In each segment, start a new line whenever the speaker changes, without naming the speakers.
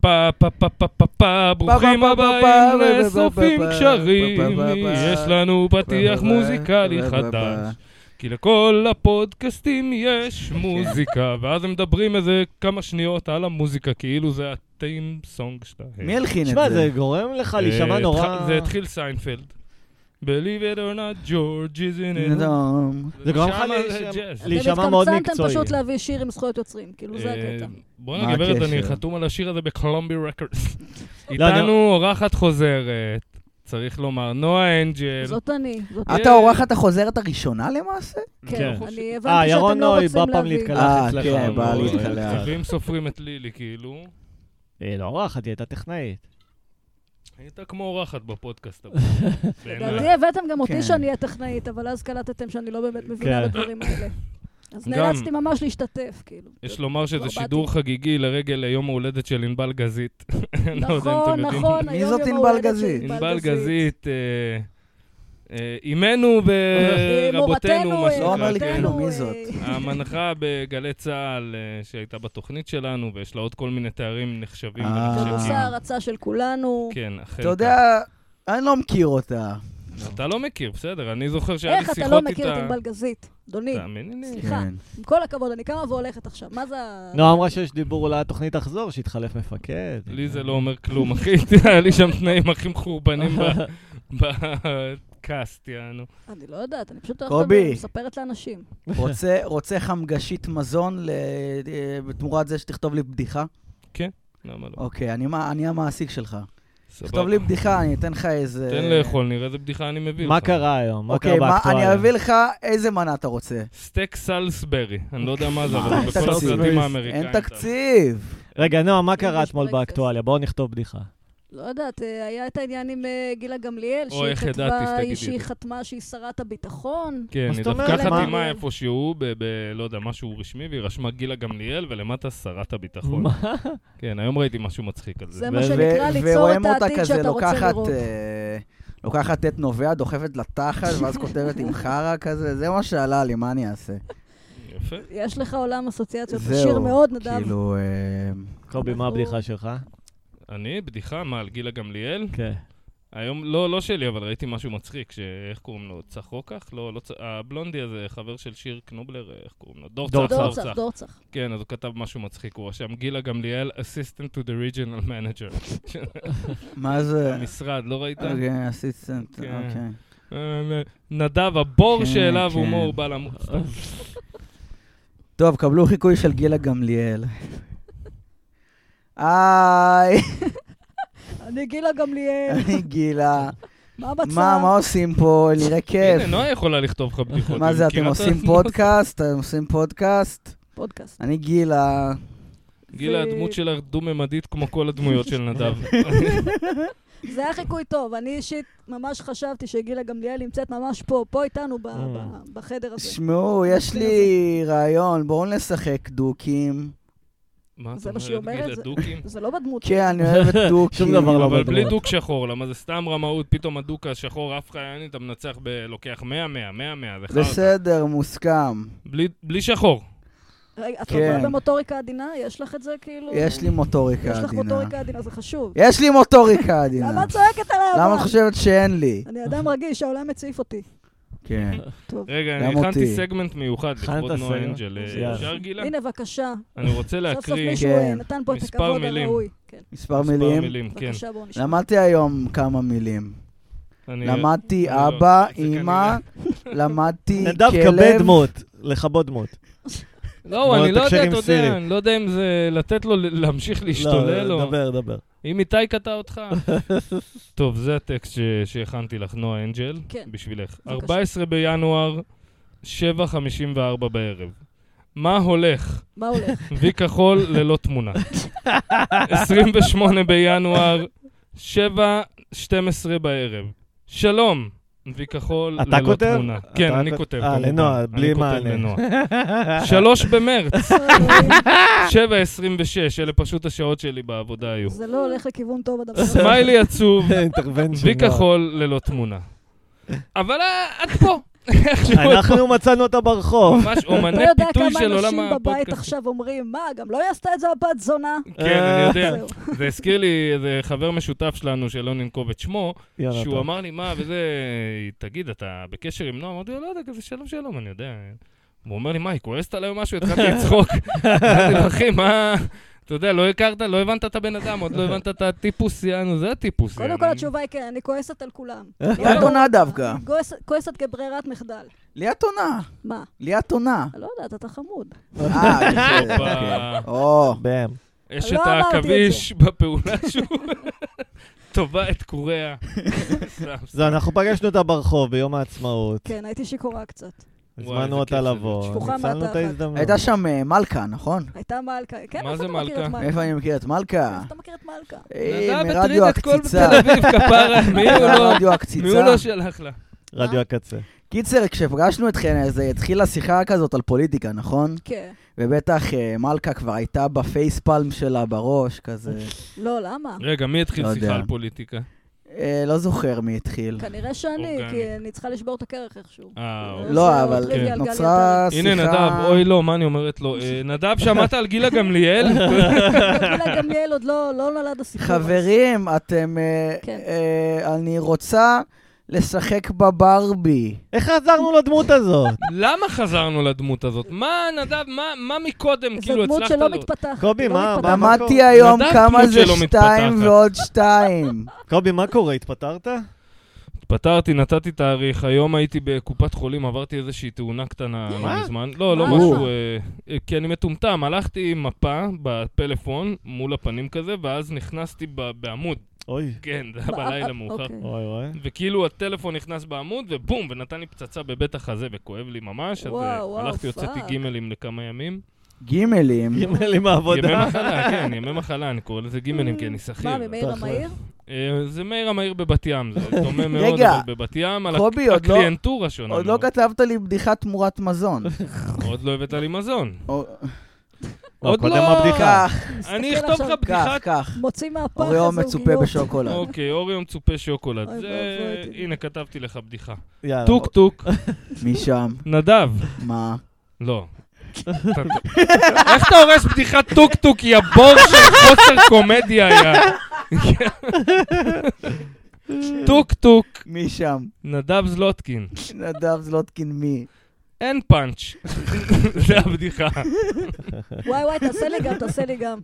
פה פה פה פה פה פה ברוכים הבאים לשורפים קשרים יש לנו פתיח מוזיקלי חדש כי לכל הפודקאסטים יש מוזיקה ואז הם מדברים איזה כמה שניות על המוזיקה כאילו זה הטיים סונג שלהם.
מי הלחין את
תשמע,
זה?
זה גורם לך
אה,
להישמע
התח-
נורא...
זה התחיל סיינפלד. Believe it or not, George is in it.
נדום.
זה גורם לך
שם
להישמע-
ג'אז.
להישמע מאוד
והתקמצמתם
מקצועי.
פשוט להביא שיר עם זכויות יוצרים, כאילו זה
אה,
הקטע.
בואנה
מה
גברת, אני
הקשר?
חתום על השיר הזה בקולומבי רקורדס.
לא, אני-
איתנו אורחת חוזרת, צריך לומר, נועה אנג'ל.
זאת אני, זאת
אה,
אני.
את האורחת החוזרת הראשונה למעשה?
כן,
כן.
אני
אה,
הבנתי
ירון
שאתם לא
נוי בא
רוצים
פעם
להביא.
להתקלח
אה,
אצלך.
כן,
הוא-
בא
הוא-
להתקלח.
כתבים סופרים את לילי, כאילו.
היא לא אורחת, היא הייתה טכנאית.
הייתה כמו אורחת בפודקאסט הבא. בעיניי.
לדעתי הבאתם גם
כן.
אותי שאני אהיה טכנאית, אבל אז קלטתם שאני לא באמת מבינה
כן.
בדברים האלה. אז
גם.
נאלצתי ממש להשתתף, כאילו.
יש לומר שזה
לא
שידור
באתי.
חגיגי לרגל יום ההולדת של ענבל גזית. אני לא יודע אם אתם
נכון,
יודעים.
נכון,
מי
היום
זאת
יום
ענבל
ההולדת של
גזית?
ענבל גזית, אה, אה, אימנו ברבותינו,
מורתנו,
מה
אה,
לא אומר לי
שנקרא. כן.
כלום, מי
אה,
זאת?
המנחה בגלי צה"ל, אה, שהייתה בתוכנית שלנו, ויש לה עוד כל מיני תארים נחשבים
אה.
בנושא
ונחשבים.
אה.
ההרצה של כולנו.
כן, אכן.
אתה יודע, אני לא מכיר אותה.
כך. אתה לא מכיר, בסדר, אני זוכר שהיה לי
איך
כן, שיחות
אתה
איתה...
לא מכיר את ענבל גזית? אדוני,
תאמיני לי.
סליחה.
כן.
עם כל הכבוד, אני קמה והולכת עכשיו. מה זה ה...
נועה אמרה שיש דיבור אולי התוכנית תחזור, שהתחלף מפקד.
לי זה לא אומר כלום, אחי, תראה, היה לי שם תנאים הכי מחורבנים ב- בקאסט, יענו.
אני לא יודעת, אני פשוט הולכת
קובי.
ומספרת לאנשים.
רוצה- רוצה חמגשית מזון ל- אה, בתמורת זה שתכתוב לי בדיחה?
למה לא?
אוקיי, אני מה- אני המעסיק שלך. תכתוב
סבבה.
לי בדיחה, אני אתן לך איזה...
תן לאכול, נראה איזה בדיחה אני מביא לך.
מה קרה היום? מה קרה
אוקיי, מה-
באקטואליה?
אני אביא לך איזה מנה אתה רוצה.
סטייק סלסברי, אני לא יודע מה זה, אבל
אין
זה בכל
תקציב.
הסרטים האמריקאים.
אין תקציב.
רגע, נועה, מה קרה
יש
אתמול
ברקפסט.
באקטואליה? בואו נכתוב בדיחה.
לא יודעת, אה, היה את העניין עם אה, גילה גמליאל,
או,
שהיא
איך ידעתי
כתבה,
שתגידי
היא-
את
שהיא
זה.
חתמה שהיא שרת הביטחון.
כן,
מה
היא
זאת אומרת?
דווקא
מה?
חתימה איפשהו, ב- ב- לא יודע, משהו רשמי, והיא רשמה גילה גמליאל, ולמטה שרת הביטחון.
מה?
כן, היום ראיתי משהו מצחיק על זה.
זה מה
ו-
שנקרא
ו-
ליצור
ורואים
את
אותה
העתיד
כזה
שאתה רוצה
לוקחת,
לראות.
אה, לוקחת את נובע, דוחפת לתחת, ואז כותבת עם חרא כזה, זה מה שעלה לי, מה אני אעשה?
יפה.
יש לך עולם אסוציאציות,
זהו,
שיר מאוד נדב.
כאילו, אה,
קובי, מה
לא.
הבדיחה שלך?
אני, בדיחה, מה, על גילה גמליאל?
כן.
היום, לא, לא שלי, אבל ראיתי משהו מצחיק, שאיך קוראים לו? צח רוקח? לא, לא צח... הבלונדי הזה, חבר של שיר קנובלר, איך קוראים לו? דור
דור
צח, דור
דורצח,
צח.
דורצח.
כן, אז הוא כתב משהו מצחיק, הוא רשם גילה גמליאל, אסיסטנט to the regional manager.
מה זה?
המשרד, לא ראית?
אוקיי, אסיסטנט,
כן.
אוקיי.
אה, נדב, הבור
כן,
שאליו
כן.
הומור בא למות.
טוב, קבלו חיקוי של גילה גמליאל. היי,
אני גילה גמליאל,
אני גילה.
מה המצב?
מה, מה עושים פה? נראה כיף.
הנה, נועה יכולה לכתוב לך בדיחות.
מה
היא
זה, אתם
מכירה את
עושים
הדמות?
פודקאסט? אתם עושים פודקאסט?
פודקאסט.
אני גילה.
גילה,
ו-
הדמות שלך דו-ממדית כמו כל הדמויות של נדב.
זה היה חיקוי טוב, אני אישית ממש חשבתי שגילה גמליאל נמצאת ממש פה, פה איתנו ב-
אה.
ב- בחדר הזה.
שמעו, יש לי רעיון, בואו נשחק דוקים.
מה
זה
אתה
מה שהיא אומרת,
גילה
זה-
דוקים?
זה לא בדמות.
כן, אני אוהב את דוקים.
שום דבר לא
אבל בלי
בדמות.
דוק שחור, למה זה סתם רמאות, פתאום הדוק השחור עף לך, יעני, אתה מנצח ב... לוקח 100, 100, 100, 100, זה חרטא.
בסדר, מוסכם.
בלי- בלי שחור.
רגע, את
כן.
עוברת במוטוריקה עדינה? יש לך את זה כאילו?
יש לי מוטוריקה
יש לך
עדינה.
מוטוריקה עדינה, זה חשוב.
יש לי מוטוריקה עדינה.
למה את צועקת עליי?
למה את
אבל?
חושבת שאין לי?
אני אדם רגיש, העולם הציף אותי.
כן.
טוב.
רגע,
גם
אני הכנתי
אותי.
סגמנט מיוחד
הכנת
לכבוד נועה
סגמנט?
אנג'ל. אה,
יאללה.
אפשר, גילה?
הנה, בבקשה.
אני רוצה
סוף סוף
להקריא
מישהו
כן.
נתן פה את
מספר
הכבוד
מילים.
הראוי. כן.
מספר
מספר
מילים.
מילים, כן.
בבקשה, בואו נשמע.
למדתי היום כמה מילים.
אני-
למדתי
אני לא-
אבא,
זה
אימא, למדתי
נדב,
כלב.
קבל דמות. לכבות דמות.
לא, אני
כמו
לא יודע,
תקשר עם
אתה יודע,
סירי.
אני לא יודע אם זה לתת לו ל- להמשיך להשתולל
לא,
או...
דבר, דבר.
אם איתי קטע אותך. טוב, זה הטקסט ש- שהכנתי לך, נועה אנג'ל,
כן.
בשבילך.
בבקשה.
14 בינואר, 7.54 בערב. מה הולך?
מה הולך?
וי כחול ללא תמונה. 28 בינואר, 7.12 בערב. שלום, וי כחול
אתה
ללא
כותב?
תמונה.
אתה
כן, אני
כות-
כותב,
אה,
כמובן.
לנועה,
אני
בלי
כותב
מענה.
לנועה. 3 במרץ, 7.26, אלה פשוט השעות שלי בעבודה היו.
זה לא הולך לכיוון טוב הדבר הזה.
סמיילי עצוב,
אינטרוונציה.
וי כחול ללא תמונה. אבל אה, את פה, איכשהו
אנחנו מצאנו אותה ברחוב.
ממש
אתה
אומני
יודע
פיתוי
כמה
של
אנשים
עולם
בבית
הפודקאסט.
עכשיו אומרים, מה, גם לא היא עשתה את זה הבת זונה?
כן, אני
אה,
יודע.
זהו.
זה הזכיר לי איזה חבר משותף שלנו, שלא ננקוב את שמו,
יאללה,
שהוא
טוב.
אמר לי, מה, וזה, תגיד, אתה בקשר עם נועה? אמרתי לו, לא יודע, כזה שלום שלום, אני יודע. הוא אומר לי, מה, היא כועסת עליי או משהו? התחלתי לצחוק. אמרתי לו, אחי, מה... אתה יודע, לא הכרת, לא הבנת את הבן אדם, עוד לא הבנת את הטיפוס, יענו, זה הטיפוס.
קודם
יענו.
כל התשובה היא כן, אני כועסת על כולם. לא,
ליאת אה, עונה דווקא.
כועס- כועסת כברירת מחדל.
ליאת עונה.
מה?
ליאת עונה.
אני לא יודעת, אתה חמוד.
אה, בסדר,
הופה.
אוקיי. או,
באם.
יש
לא
את
אמרתי את
העכביש בפעולה שהוא תובע את קוריאה. סתם, סתם.
זה, אנחנו פגשנו אותה ברחוב ביום העצמאות,
כן, הייתי שיכורה קצת.
וואי, איזה
הזמנו אותה
כיף זה.
לבוא,
שפוכה
ניצלנו את
מהתחת.
ההזדמנות.
הייתה שם אה, מלכה, נכון?
הייתה מלכה. כן,
מה
איך
זה
אתה מכיר
מלכה?
את מלכה?
איפה אני מכיר את מלכה?
איך אתה מכיר את מלכה?
אה,
נדב
מרדיו
הטריד את כל
הקציצה.
תל אביב, כפרה, מי הוא לא- מי
מרדיו
הוא לא
הקציצה.
שלח לה?
אה?
רדיו הקצה.
קיצר, כשפגשנו אתכן, אז אה, התחילה שיחה כזאת על פוליטיקה, נכון?
כן.
ובטח אה, מלכה כבר הייתה בפייספלם שלה בראש, כזה.
לא, למה?
רגע, מי התחיל
לא
שיחה
יודע.
על פוליטיקה?
אה, לא זוכר מי התחיל.
כנראה שאני,
אורגני.
כי אני צריכה לשבור את הקרח איכשהו.
אוקיי. אה,
זה
לא,
עוד
אבל
טריוויאל, גל
נוצרה שיחה...
הנה, נדב, אוי לא, מה אני אומרת לו? אה, נדב, שמעת על גילה גמליאל?
יתר. גילה גמליאל עוד לא לא נולד הסיפור. הזה.
חברים, אתם... אה,
כן.
אה, אני רוצה לשחק בברבי.
איך עזרנו לדמות הזאת?
למה חזרנו לדמות הזאת? מה, נדב, מה- מה מקודם,
זו
כאילו,
דמות
הצלחת
שלא
לו?
מתפתחת.
קובי,
היא לא
מה-
מתפתחת.
מה-
למדתי
במקור.
היום
נדב
כמה
דמות
זה
שלא
שתיים
מתפתחת.
ועוד שתיים.
קובי, מה קורה? התפטרת?
פתרתי, נתתי תאריך, היום הייתי בקופת חולים, עברתי איזושהי תאונה קטנה
מה?
לא מזמן. לא, לא
מה?
משהו, אה, אה, כי אני מטומטם. הלכתי עם מפה בפלאפון, מול הפנים כזה, ואז נכנסתי ב- בעמוד.
אוי,
כן, זה היה בלילה מאוחר.
אוקיי.
אוי, אוי.
וכאילו הטלפון נכנס בעמוד, ובום, ונתן לי פצצה בבית החזה, וכואב לי ממש, אז
וואו,
אה,
וואו,
הלכתי, הוצאתי
פאק.
גימלים לכמה ימים.
גימלים.
גימל עם
ימי
העבודה.
מחלה, כן, ימי מחלה, אני קורא לזה גימלים, כי אני שכיר.
מה, ממאיר
אתה אחלה.
המהיר?
אה, זה מאיר המהיר בבת ים, זה דומה מאוד,
רגע,
אבל בבת ים, על
קובי,
הק-
עוד לא-
הקליינטורה שונה.
עוד לא
מאוד.
כתבת לי בדיחת תמורת מזון.
עוד לא הבאת לי מזון.
או-
עוד
קודם
לא.
הבדיחה.
כך,
אני
מסתכל
אכתוב לך
עכשיו-
כך,
בדיחת...
כך.
מוציא מהפח איזה
אוריו
עוגיות.
מצופה בשוקולד.
אוקיי, אוריו מצופה שוקולד.
אוי
זה...
ואבוי,
הנה, כתבתי לך בדיחה.
אה,
יאללה.
טוק טוק, אוקיי.
משם,
נדב.
מה?
לא. איך אתה הורס בדיחת טוקטוק, יא בור של חוסר קומדיה, יא... טוקטוק,
משם.
נדב זלוטקין.
נדב זלוטקין מי?
אין פאנץ'. זה הבדיחה.
וואי וואי, תעשה לי גם, תעשה לי גם.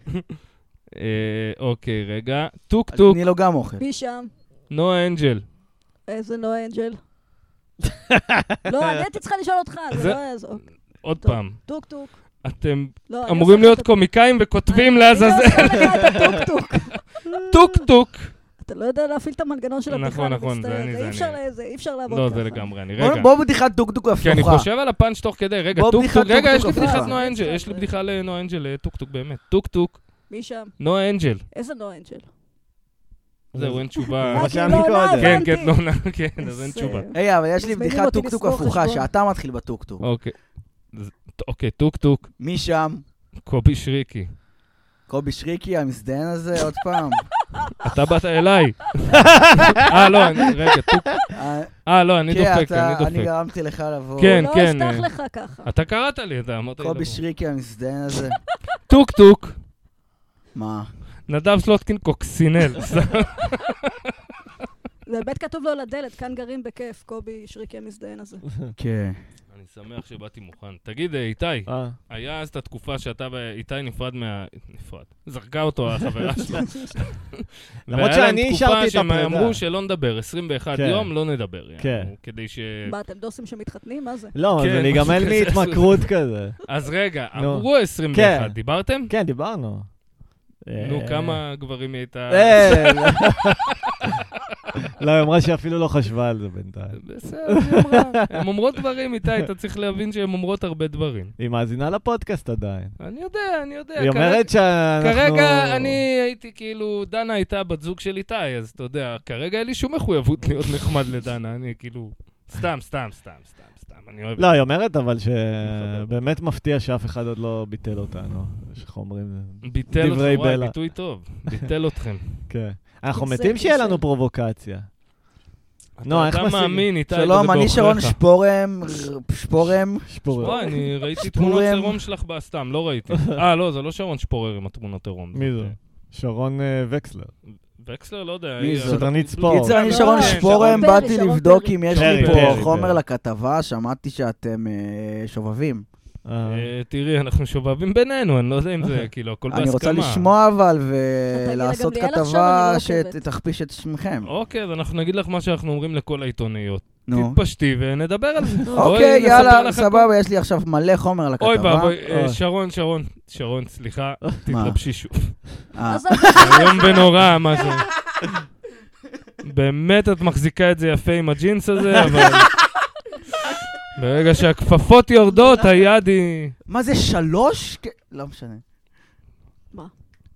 אה, אוקיי, רגע. טוקטוק,
תני לו לא גם אוכל.
מי שם?
נועה אנג'ל.
איזה נועה אנג'ל. לא, אני הייתי צריכה לשאול אותך, זה
זה-
לא יעזור.
עוד
טוב.
פעם,
טוק טוק.
אתם
לא, אני
אמורים
עושה
להיות
לך את
קומיקאים וכותבים
ה- אני
לעזאזל.
עושה לך את הטוקטוק.
טוקטוק.
אתה לא יודע להפעיל את המנגנון של הבדיחה,
נכון,
אני
נכון, זה
מצטער.
אני,
זה
זה
אי אפשר
אני.
ל- זה אי אפשר לעבוד
לא,
ככה.
זה לגמרי, אני
בוא-
רגע.
בוא בדיחת דוקדוק
כי אני
הפוכה.
חושב על הפאנץ' תוך כדי, רגע,
בוא,
טוקטוק,
בדיחת
רגע, יש
טוקטוק
לי בדיחת
הפוכה.
נועה אנג'ל, יש לי בדיחה לנועה אנג'ל, אה, טוקטוק באמת. טוקטוק,
מי שם?
נועה אנג'ל.
איזה נועה אנג'ל.
זהו, אין תשובה.
אה, מה
רק
שהיה
היא לא עונה,
מקודם.
כן,
הבנתי.
כן, נועה, כן, אז אין
איזה-
תשובה.
רגע, אבל יש לי
מזמינים
בדיחת
אותי
טוקטוק
לסגור
הפוכה,
חשבון.
שאתה מתחיל בטוקטוק.
אוקיי. אז- אוקיי, טוקטוק,
מי שם?
קובי שריקי.
קובי שריקי, המזדיין הזה, עוד פעם.
אתה באת אליי. אה, לא, אני- רגע, טוק...
אה,
אה, לא, אני
כן,
דופק,
אתה-
אני
אני
דופק.
גרמתי לך לבוא.
כן,
לא
כן.
אשטח
אה,
לך ככה.
אתה קראת לי, אתה אמרת לי.
קובי
לבוא.
שריקי, המזדיין הזה.
טוקטוק,
מה?
כן. נדב סלוטקין קוקסינל.
זה באמת כתוב לו על הדלת, כאן גרים בכיף, קובי שריקי המזדיין הזה.
כן.
אני שמח שבאתי מוכן. תגיד, אה, איתי,
אה,
היה אז את התקופה שאתה ואיתי נפרד מה... נפרד. זרקה אותו החברה שלו.
למרות
והיה להם
שאני
תקופה
אישרתי את
שהם
הפרידה.
אמרו שלא נדבר, 21
כן.
יום לא נדבר.
כן.
יענו, כדי ש...
מה, אתם דוסים שמתחתנים? מה זה?
לא,
כן,
זה להיגמל
משהו כזה.
מהתמכרות כזה.
אז רגע,
נו.
אמרו 21,
כן.
דיברתם?
כן, דיברנו.
נו,
אה,
כמה גברים היא הייתה...
אה, לא. לא, היא אמרה שאפילו לא חשבה על זה בינתיים.
בסדר, היא אמרה. הן אומרות דברים, איתי, אתה צריך להבין שהן אומרות הרבה דברים.
היא מאזינה לפודקאסט עדיין.
אני יודע, אני יודע.
היא
אה, כרגע-
אומרת שאנחנו...
כרגע אני הייתי כאילו, דנה הייתה בת זוג של איתי, אז אתה יודע, כרגע אין לי שום מחויבות להיות נחמד לדנה, אני כאילו, סתם, סתם, סתם, סתם, סתם, אני אוהב.
לא, היא אומרת אבל
נכון.
מחבר אותה.
שבאמת מפתיע שאף אחד עוד לא ביטל אותנו. יש איך אומרים?
ביטל
דברי
אותך, וואי,
בלע.
ביטוי טוב, ביטל אתכם.
כן. אנחנו
כיסא,
מתים שיהיה
כיסא.
לנו פרובוקציה. נועה, איך
אתה
משיג?
מאמין, איתי, וזה
שלום, אני
בעוכריך.
שרון שפורם, ר- שפורם.
שפורר.
וואי, אני ראיתי תמונות
שפורם.
עירום שלך בסתם, לא ראיתי. אה, לא, זה לא שרון שפורר עם התמונות עירום.
מי זה? שרון אה, וקסלר.
וקסלר, לא יודע.
מי
היא-
זאת?
שדרנית ספורט.
קיצר, אני
כן,
שרון
כן,
שפורם,
לא, שרון
באתי
פרי, שרון
לבדוק
פרי.
אם יש לי
פרי,
פה
פרי,
חומר
פרי.
לכתבה, שמעתי שאתם אה, שובבים.
אה,
אה, תראי, אנחנו שובבים בינינו, אני לא יודע אם זה, כאילו, הכל בהסכמה.
אני רוצה לשמוע אבל ולעשות
אתה גילה גמליאל עכשיו,
כתבה
אני לא עוקבת.
שתכפיש את שמכם.
אוקיי, אז אנחנו נגיד לך מה שאנחנו אומרים לכל העיתונאיות.
נו.
תתפשטי ונדבר על זה. בואי
אוקיי,
נספר
יאללה,
לך-
סבבה, יש לי עכשיו מלא חומר על הכתבה.
אוי ואבוי, אה,
אוי.
שרון, שרון, שרון, סליחה, תתלבשי שוב.
אה,
עזוב,
איום ונורא, מה זה. באמת את מחזיקה את זה יפה עם הג'ינס הזה, אבל... ברגע שהכפפות יורדות, היד היא...
מה זה, שלוש? כ- לא משנה.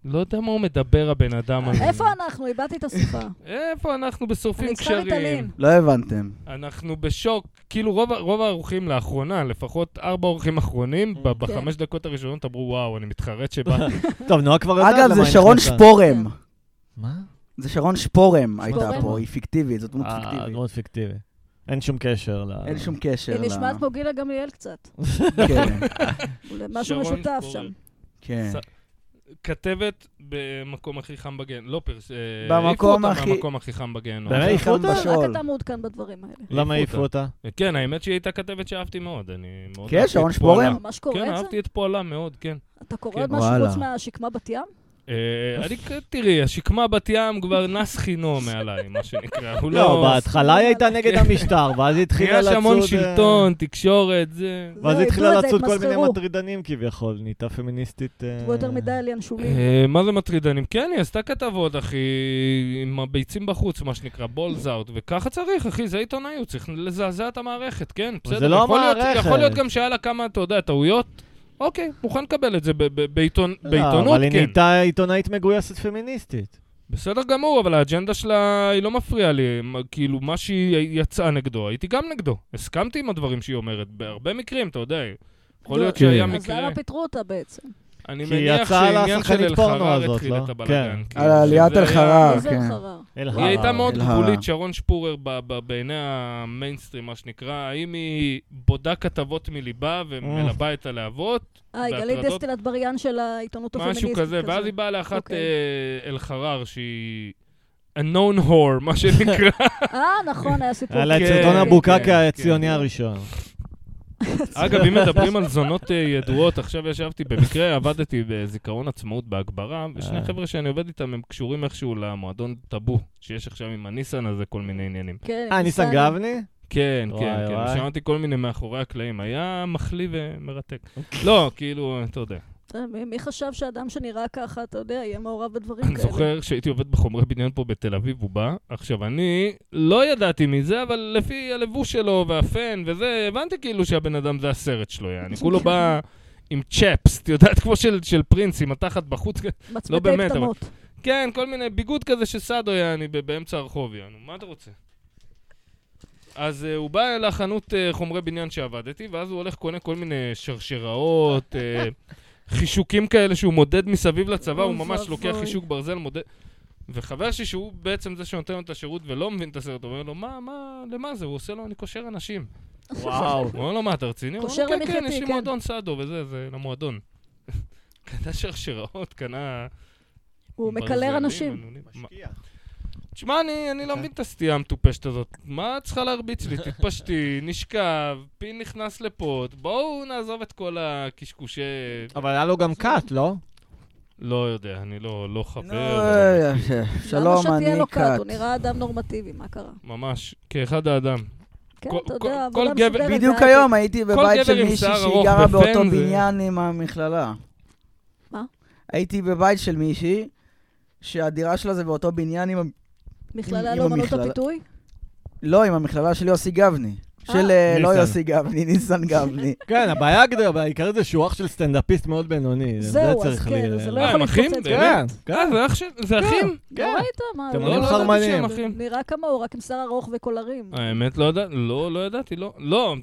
לא יודע מה הוא מדבר, הבן אדם הזה.
איפה אנחנו? איבדתי את השיחה.
איפה אנחנו בשורפים
אני צריכה
קשרים?
ריטלין.
לא הבנתם.
אנחנו בשוק. כאילו, רוב ה- רוב האורחים לאחרונה, לפחות ארבע אורחים אחרונים, ב- בחמש דקות הראשונות אמרו, וואו, אני מתחרט שבא...
טוב, נועה כבר יודעת למה
אגב,
היא
זה
נכנסה.
שרון שפורם.
מה?
זה שרון שפורם הייתה
כן. שפורם?
פה, היא פיקטיבית, זאת דמות
אה,
פיקטיבית.
לא-
דמות פיקטיבי. אין שום קשר ל...
אין שום קשר.
כן. היא
ל-
נשמעת כמו גילה גמליאל קצת.
כן,
משהו
שרון
משותף
פורר.
שם.
כן.
כתבת במקום הכי חם בגיהנום. לא פרס... אה,
במקום
העיפו אותה
הכי-
במקום הכי חם אוקיי? בגיהנום.
באמת? העיפו
חם
אותה?
בשאול.
רק אתה מעודכן בדברים האלה.
למה העיפו אותה?
כן, האמת שהיא הייתה כתבת שאהבתי מאוד, אני מאוד
כן,
אהבתי את פועלה.
שרון שפורם?
אה, ממש קורה
כן,
את זה?
אהבתי את פועלה מאוד, כן.
אתה קורא
כן.
עוד משהו
וואלה.
חוץ מהשקמה בת ים?
אה, אני, תראי, השקמה בת ים כבר נס חינו מעליי, מה שנקרא. הוא
לא,
לא...
בהתחלה היא הייתה נגד המשטר, ואז היא התחילה
יש
לצוד...
המון
אה,
שלטון, תקשורת, זה...
ואז היא
לא,
התחילה
איבדו את זה,
לצוד כל מיני
התמסחרו.
מטרידנים כביכול, נהייתה פמיניסטית... אה,
הוא יותר מדי על ינשולים.
אה, מה זה מטרידנים? כן, היא עשתה כתבות, אחי, עם הביצים בחוץ, מה שנקרא, בולז אאוט, וככה צריך, אחי, זה עיתונאי, הוא צריך לזעזע את המערכת, כן, בסדר.
זה לא
יכול להיות-
המערכת.
יכול להיות גם שהיה לה כמה, אתה יודע, טעויות. אוקיי, מוכן לקבל את זה ב- ב- בעיתון-
לא,
בעיתונות,
אבל היא
כן.
נהייתה עיתונאית מגויסת פמיניסטית.
בסדר גמור, אבל האג'נדה שלה, היא לא מפריעה לי. מ- כאילו, מה שהיא יצאה נגדו, הייתי גם נגדו. הסכמתי עם הדברים שהיא אומרת, בהרבה מקרים, אתה יודע. יכול להיות
כן.
שהיה
אז
מקרה,
למה פיטרו אותה בעצם?
אני
כי היא
מניח
יצאה על
שהעניין של
השחקנית פורנו
אלחרר
הזאת,
התחיל
לא?
את הבלאגן.
כן.
כאילו,
על עליית
שזה היה-
אלחרר. אה,
איזה
כן.
חרר.
היא הייתה מאוד
אלהרר.
גבולית, שרון שפורר, ב- ב- בעיני המיינסטרים, מה שנקרא. האם היא בודה כתבות מליבה ומלבה את הלהבות,
אה, היא גלית
בהטרדות-
דיסטל אטבריאן של העיתונות הפמיניסטית.
משהו כזה, ואז היא באה לאחת
אוקיי.
אה, אלחרר, שהיא unknown whore, מה שנקרא.
אה, נכון, היה סיפור.
היה לה את
כן,
סרטון
כן,
הבוקקה
כן.
הציוני הראשון.
אגב, אם מדברים על זונות אה, ידועות, עכשיו ישבתי, במקרה עבדתי בזיכרון עצמאות בהגברה, ושני
אה.
חבר'ה שאני עובד איתם, הם קשורים איכשהו למועדון טאבו, שיש עכשיו עם הניסן הזה כל מיני עניינים.
כן,
אה, ניסן גבני?
כן,
וואי,
כן, כן,
וואי.
שמעתי כל מיני מאחורי הקלעים, היה מחליא ומרתק.
אוקיי.
לא, כאילו, אתה יודע.
אה, מי- מי חשב שאדם שנראה ככה, אתה יודע, יהיה מעורב בדברים
אני
אוקיי.
כאלה?
זוכר שהייתי עובד בחומרי בניין פה בתל אביב, הוא בא. עכשיו, אני לא ידעתי מזה, אבל לפי הלבוש שלו והפן וזה, הבנתי כאילו שהבן אדם זה הסרט שלו,
אוקיי.
יעני. כולו בא עם צ'פס, את יודעת, כמו של, של פרינס, עם התחת בחוץ. לא
מצפתי
באמת, אבל-
קטמות.
כן, כל מיני ביגוד כזה שסאדו, יעני, ב- באמצע הרחוב, יענו. מה אתה רוצה? אז uh, הוא בא אל החנות uh, חומרי בניין שעבדתי, ואז הוא הולך, קונה כל מיני שרשראות, uh, חישוקים כאלה שהוא מודד מסביב לצבא, הוא
אוי
ממש לוקח
ואבוי.
חישוק ברזל, מודד... וחבר שלי, שהוא בעצם זה שנותן לו את השירות ולא מבין את הסרט, אומר לו, מה, מה, למה זה? הוא עושה לו, אני קושר אנשים.
וואו.
הוא אומר לו, מה, אתה רציני? הוא
קושר
אומר, כן, כן,
למחייתי,
יש לי
כן."
מועדון סאדו וזה, זה למועדון. קנה שרשראות, קנה...
הוא
ברזלים,
מקלר אנשים.
ענונים. מה- תשמע, אני, אני לא מבין את הסטייה המטופשת הזאת. מה את צריכה להרביץ לי? תתפשטי, נשכב, פי נכנס לפה, בואו נעזוב את כל הקשקושי...
אבל היה לו גם קאט, לא?
לא יודע, אני לא, לא
נו, אה.
חבר. ולא-
שלום,
למה שתהיה
אני
לו קאט?
קאט.
הוא נראה אדם נורמטיבי, מה קרה?
ממש, כאחד האדם.
כן,
כל-
אתה
כל-
יודע,
כל
עבודה
גבר-
מסודרת.
בדיוק
זה-
היום הייתי בבית
גבר
של
עם
מישהי
שיער
שהיא
ארוך
גרה
ופן זה-
באותו בניין עם המכללה.
מה?
הייתי בבית של מישהי שהדירה שלה זה באותו בניין עם... ה-
מכללה
עם
לאומנות
המכללה.
הפיתוי? לא.
לא, עם המכללה של יוסי גבני. של אה, לא
ניסן.
יוסי גבני, ניסן גבני.
כן, הבעיה הגדולה, הבעיה העיקרית זה שהוא אח של סטנדאפיסט מאוד בינוני. זה
זהו, אז
צריך
כן,
ל-
אז זה לא
אה,
יכול
הם אחים?
להתפוצץ.
באמת?
כן,
אה,
כן.
זה אח של... זה אחים?
לא
כן.
ראית מה?
אתם
לא-
לא, לא
עונים
לא-
ידעתי
חרמנים.
שהם אחים. אה.
נראה כמוהו, רק עם שיער ארוך וקולרים.
האמת, לא ידעתי, לא, לא ידעתי, לא, לא,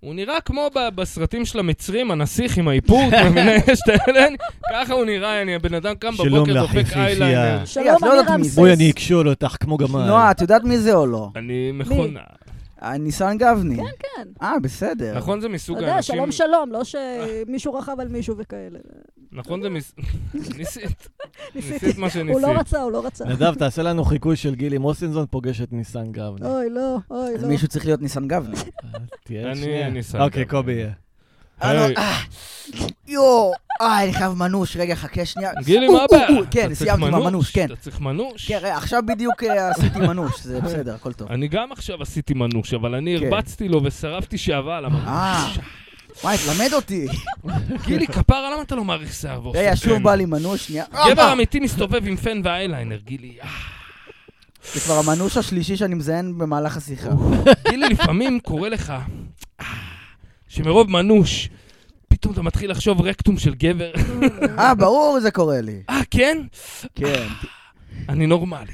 הוא נראה כמו ב- בסרטים של המצרים, הנסיך עם האיפור, אתה מבין? יש את האלה, ככה הוא נראה, אני הבן אדם קם
שלום
בבוקר,
לך,
דופק
יפיפייה.
אייליינר.
אה,
שלום,
את לא יודעת מי
אני רמסס.
זה.
בואי, אני אקשול אותך כמו גמל.
נועה, את יודעת מי זה או לא?
אני מכונה.
אה, ניסן גבני.
כן.
אה, בסדר.
נכון זה
אתה
מסוג
יודע,
האנשים...
שלום שלום, לא שמישהו רכב על מישהו וכאלה.
נכון זה מס... ניסית,
ניסיתי.
ניסית מה
הוא
שניסית.
לא רצה, הוא לא רצה.
נדב, תעשה לנו חיקוי של גילי מוסינזון פוגש את ניסן גבני.
אוי, לא, אוי,
אז
לא.
מישהו צריך להיות ניסן גבני.
תהיה
אני-
שנייה.
ניסן
אוקיי,
גבני.
קובי יהיה.
היי,
יואו, אה, אני חייב מנוש, רגע, חכה שנייה.
גילי,
או,
מה
או,
הבעיה?
או,
אתה
כן,
צריך
סיימתי עם המנוש, כן.
אתה צריך מנוש?
כן, ראה, עכשיו בדיוק אה, עשיתי מנוש, זה בסדר, הכל טוב.
אני גם עכשיו עשיתי מנוש, אבל אני
כן.
הרבצתי לו ושרפתי שעבה על המנוש.
אה, וואי, תלמד אותי.
גילי, כפרה, למה אתה לא מעריך שיער ועושה
רגע, שוב
פן?
בא לי מנוש, שנייה.
גבר אמיתי מסתובב עם פן ואייליינר, גילי. אה,
זה כבר המנוש השלישי שאני מזיין במהלך השיחה.
גילי, לפעמים קורה לך אה, שמרוב מנוש, פתאום אתה מתחיל לחשוב רקטום של גבר.
אה, ברור זה קורה לי.
אה, כן?
כן.
אני נורמלי.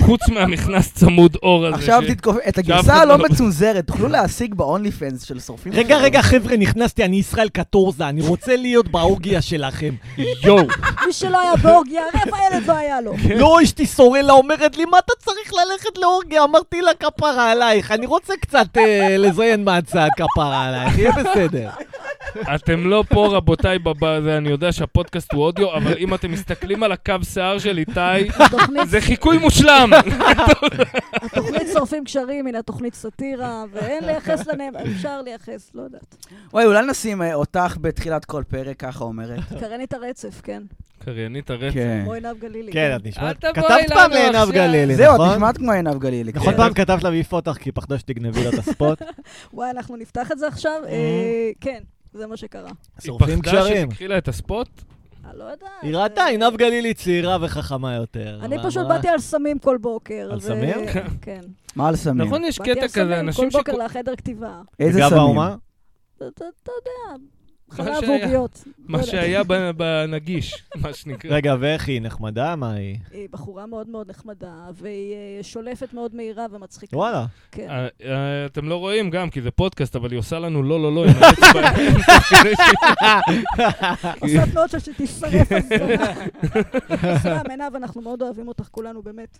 חוץ מהמכנס צמוד אור הזה.
עכשיו
ש-
תתקוף, את
שאף
הגרסה
אחד
הלא
לא-
מצונזרת תוכלו להשיג באונלי פנס של שורפים.
רגע, רגע, חבר'ה, נכנסתי, אני ישראל קטורזה, אני רוצה להיות באורגיה שלכם.
יואו.
מי שלא היה באורגיה, רבע ילד לא היה לו.
לא, אשתי סורלה אומרת לי, מה אתה צריך ללכת לאורגיה? אמרתי לה, כפרה עלייך, אני רוצה קצת אה, לזיין מהצד, כפרה עלייך, יהיה בסדר.
אתם לא פה, רבותיי, בזה, אני יודע שהפודקאסט הוא אודיו, אבל אם אתם מסתכלים על הקו שיער של איתי,
התוכנית-
זה חיקוי מושלם.
התוכנית שורפים קשרים, הנה תוכנית סאטירה, ואין לייחס לנאמ... אפשר לייחס, לא יודעת.
וואי, אולי נשים אה, אותך בתחילת כל פרק, ככה אומרת.
קרנית הרצף, כן.
קריינית הרצף.
כן.
כמו עינב גלילי.
כן, את נשמעת...
אל תבואי
כתבת פעם
לנו
לעינב
עכשיו.
גלילי,
זהו, את
נכון?
נשמעת כמו עינב גלילי.
נכון
כן.
פעם כתבת לה והיא פותח כי היא פחדה שתגנבי לה את הספוט?
וואי, אנחנו נפתח את זה עכשיו? אה, כן, זה מה שקרה.
שורפים
היא
קשרים. כן.
פחדה שתקחי לה את הספוט?
אני לא יודעת.
היא ראתה
אה,
עינב גלילי צעירה וחכמה יותר.
אני
אבל
פשוט
אמרה,
באתי על סמים כל בוקר.
על
ו-
סמים?
כן.
מה על סמים?
נכון, יש
באתי
קטע
על
כזה,
סמים כל
אנשים ש...
בוקר לחדר כתיבה.
איזה
בגב
סמים?
האומה?
אתה- אתה אתה יודע,
מה
חלב
שהיה.
ועוגיות. לא
מה
יודעת.
שהיה ב- בנגיש, מה שנקרא.
רגע, ואיך היא? נחמדה? מה היא?
היא בחורה מאוד מאוד נחמדה, והיא אה, שולפת מאוד מהירה ומצחיקה.
וואלה.
כן.
אה, אה, אתם לא רואים גם, כי זה פודקאסט, אבל היא עושה לנו לא, לא, לא, עם האצבע. אה,
עושה תנועות של שתישרף הזמן. סתם, עינב, אנחנו מאוד אוהבים אותך כולנו, באמת.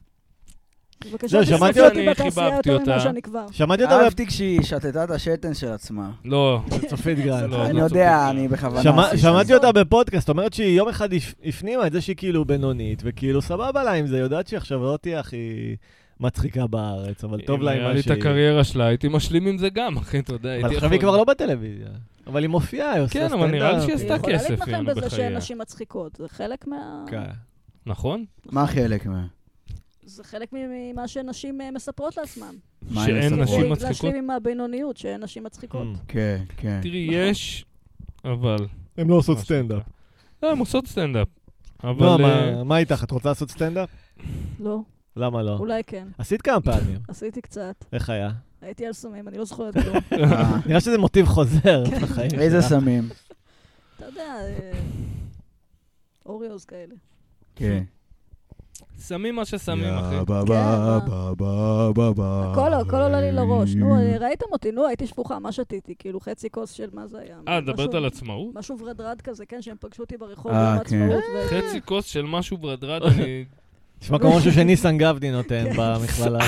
בבקשה,
זהו,
תשרפי
לא, שמעתי
אותי
אותה,
בתעשייה
חיבבתי
יותר ממה
אותה.
שאני כבר.
שמעתי אותה
אהבתי כשהיא שתתה את השתן של עצמה.
לא,
בצופית גל.
לא,
אני
לא
יודע,
צוחק.
אני בכוונה...
שמע-
עשיתי.
שמעתי אותה בפודקאסט, אומרת שהיא יום אחד הפ- הפנימה את זה שהיא כאילו בינונית, וכאילו סבבה לה עם זה, יודעת שהיא עכשיו לא תהיה הכי מצחיקה בארץ, אבל טוב לה עם
נראה
מה
לי את
שהיא.
הקריירה שלה, הייתי משלים עם זה גם, אחי, אתה יודע.
אבל
הייתי
עכשיו היא
יכול-
כבר לא בטלוויזיה. אבל היא מופיעה, היא עושה
כן,
סטנדאפ.
אבל נראה
אה,
לי שהיא
היא-
עשתה
אני יכולה
כסף,
להתנחם
יאנו,
בזה
בחייה.
שהן נשים מצחיקות, זה חלק מה...
כן.
נכון?
מה החלק מה?
זה חלק ממה שנשים אה, מספרות לעצמן.
מה
שאין
אני מספר?
נשים
כדי
מצחיקות? Hmm.
להשלים עם הבינוניות, שהן נשים מצחיקות.
כן, כן.
תראי, יש, אבל...
הם לא עושות
מה
סטנדאפ.
לא, הן עושות סטנדאפ.
נועה,
לא,
אבל... אה,
לא, מה- מה איתך? את רוצה לעשות סטנדאפ?
לא,
למה
Oh.
לא?
אולי כן.
עשית כמה פעמים.
עשיתי קצת,
איך היה?
הייתי על סמים, אני לא זוכרת כלום.
אה,
נראה שזה מוטיב חוזר
כן.
בחיים שלך.
איזה סמים?
אתה יודע, אה, אוריוז כאלה.
כן.
שמים מה ששמים, אחי.
כן, הכל הכל עולה לי לראש. נו, אה, ראיתם אותי, נו, הייתי שפוכה, מה שתיתי? כאילו, חצי כוס של מה זה היה?
אה,
משהו-
מדברת על עצמאות?
משהו ורדרד כזה, כן, שהם פגשו אותי ברחוב
אה,
יום
כן.
העצמאות. ו-
חצי כוס של משהו ברדרד,
אה.
אני...
נשמע כמו משהו שניסן גבדי נותן
כן.
במכללה.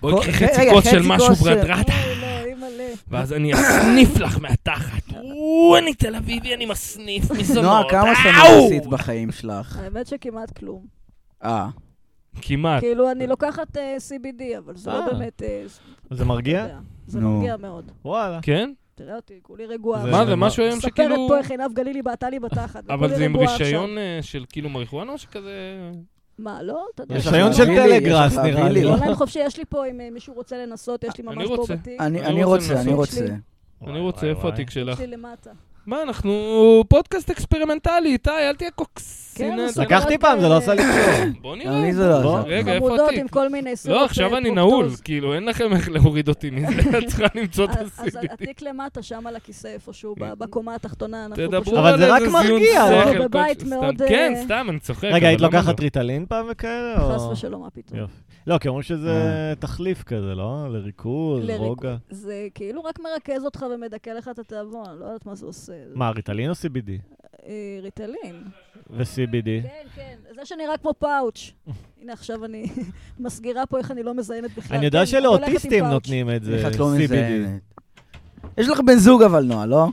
בואי קחי
רגע,
חצי כוס
חצי
של משהו
כוס של-
ברדרד,
אוי,
אה,
לא, אימא'לה.
ואז אני אסניף לך מהתחת. או, אני תל אביבי, אני מסניף מזונות. אה,
נועה, כמה
אאו!
סמים עשית בחיים שלך?
האמת שכמעט כלום.
אה.
כמעט.
כאילו, אני לוקחת אה, CBD, אבל זה
אה.
לא באמת... אה, ס-
זה
אתה
כן.
מרגיע?
יודע, זה
נו.
מרגיע מאוד.
וואלה.
כן?
תראה אותי, כולי רגועה.
זה-
מה זה, משהו היום
מספרת
שכאילו...
פה איך עינב גלילי בעטה לי בתחת.
אבל
וכולי
זה עם
רגועה עכשיו.
רישיון אה, של כאילו מריחואנה או שכזה...
מה, לא? אתה יודע.
יש לך
רישיון של
להביא לי, יש לך לא?
טלגראס,
להביא
נראה לי. לא.
לי.
אונליין חופשי יש לי פה, אם אה, מישהו רוצה לנסות, יש לי
אני
ממש פה
רוצה.
בתיק.
אני
אני
אני
רוצה
רוצה, אני
לנסות
רוצה.
שלי.
אני רוצה, איפה התיק שלך?
יש לי למטה.
מה, אנחנו פודקאסט אקספרימנטלי, איתי, אל תהיה
כן,
קוקסינט.
אז-
לקחתי פעם, זה לא עשה לי כלום.
אה, בוא נראה.
אני זה לא
בוא.
עזר.
רגע, איפה
חמודות
התיק?
עם כל מיני סירות.
לא, עכשיו אני נעול, לא כאילו, אין לכם איך להוריד אותי מזה, את צריכה למצוא את
אז
הסיבי.
התיק למטה, שם על הכיסא איפשהו, ב- בקומה התחתונה. אנחנו פשוט-
תדברו
אבל
על
זה רק
איזה זיון
מרגיע, אוקיי.
שכל,
אנחנו בבית
סתם.
מאוד,
כן,
אה,
סתם, אני צוחק.
רגע,
אבל
היית
למה
לוקחת
לא?
ריטלין פעם וכאלה? או-
חס ושלום, מה פתאום.
יופי. לא, כי אומרים
אה.
שזה תחליף כזה, לא? לריכוז,
לריכוז.
רוגע.
זה כאילו רק מרכז אותך ומדכא לך את התיאבון, אני לא יודעת מה זה עושה.
מה, ריטלין או CBD?
אה, ריטלין.
ו-CBD.
כן, כן. זה שנראה כמו פאוץ'. הנה, עכשיו אני מסגירה פה איך אני לא מזיינת בכלל.
אני יודע
כן, הולכת עם
שלאוטיסטים
פאוץ'.
נותנים את זה,
איך את לא
CBD.
מזיינת? יש לך בן זוג אבל, נועה, לא?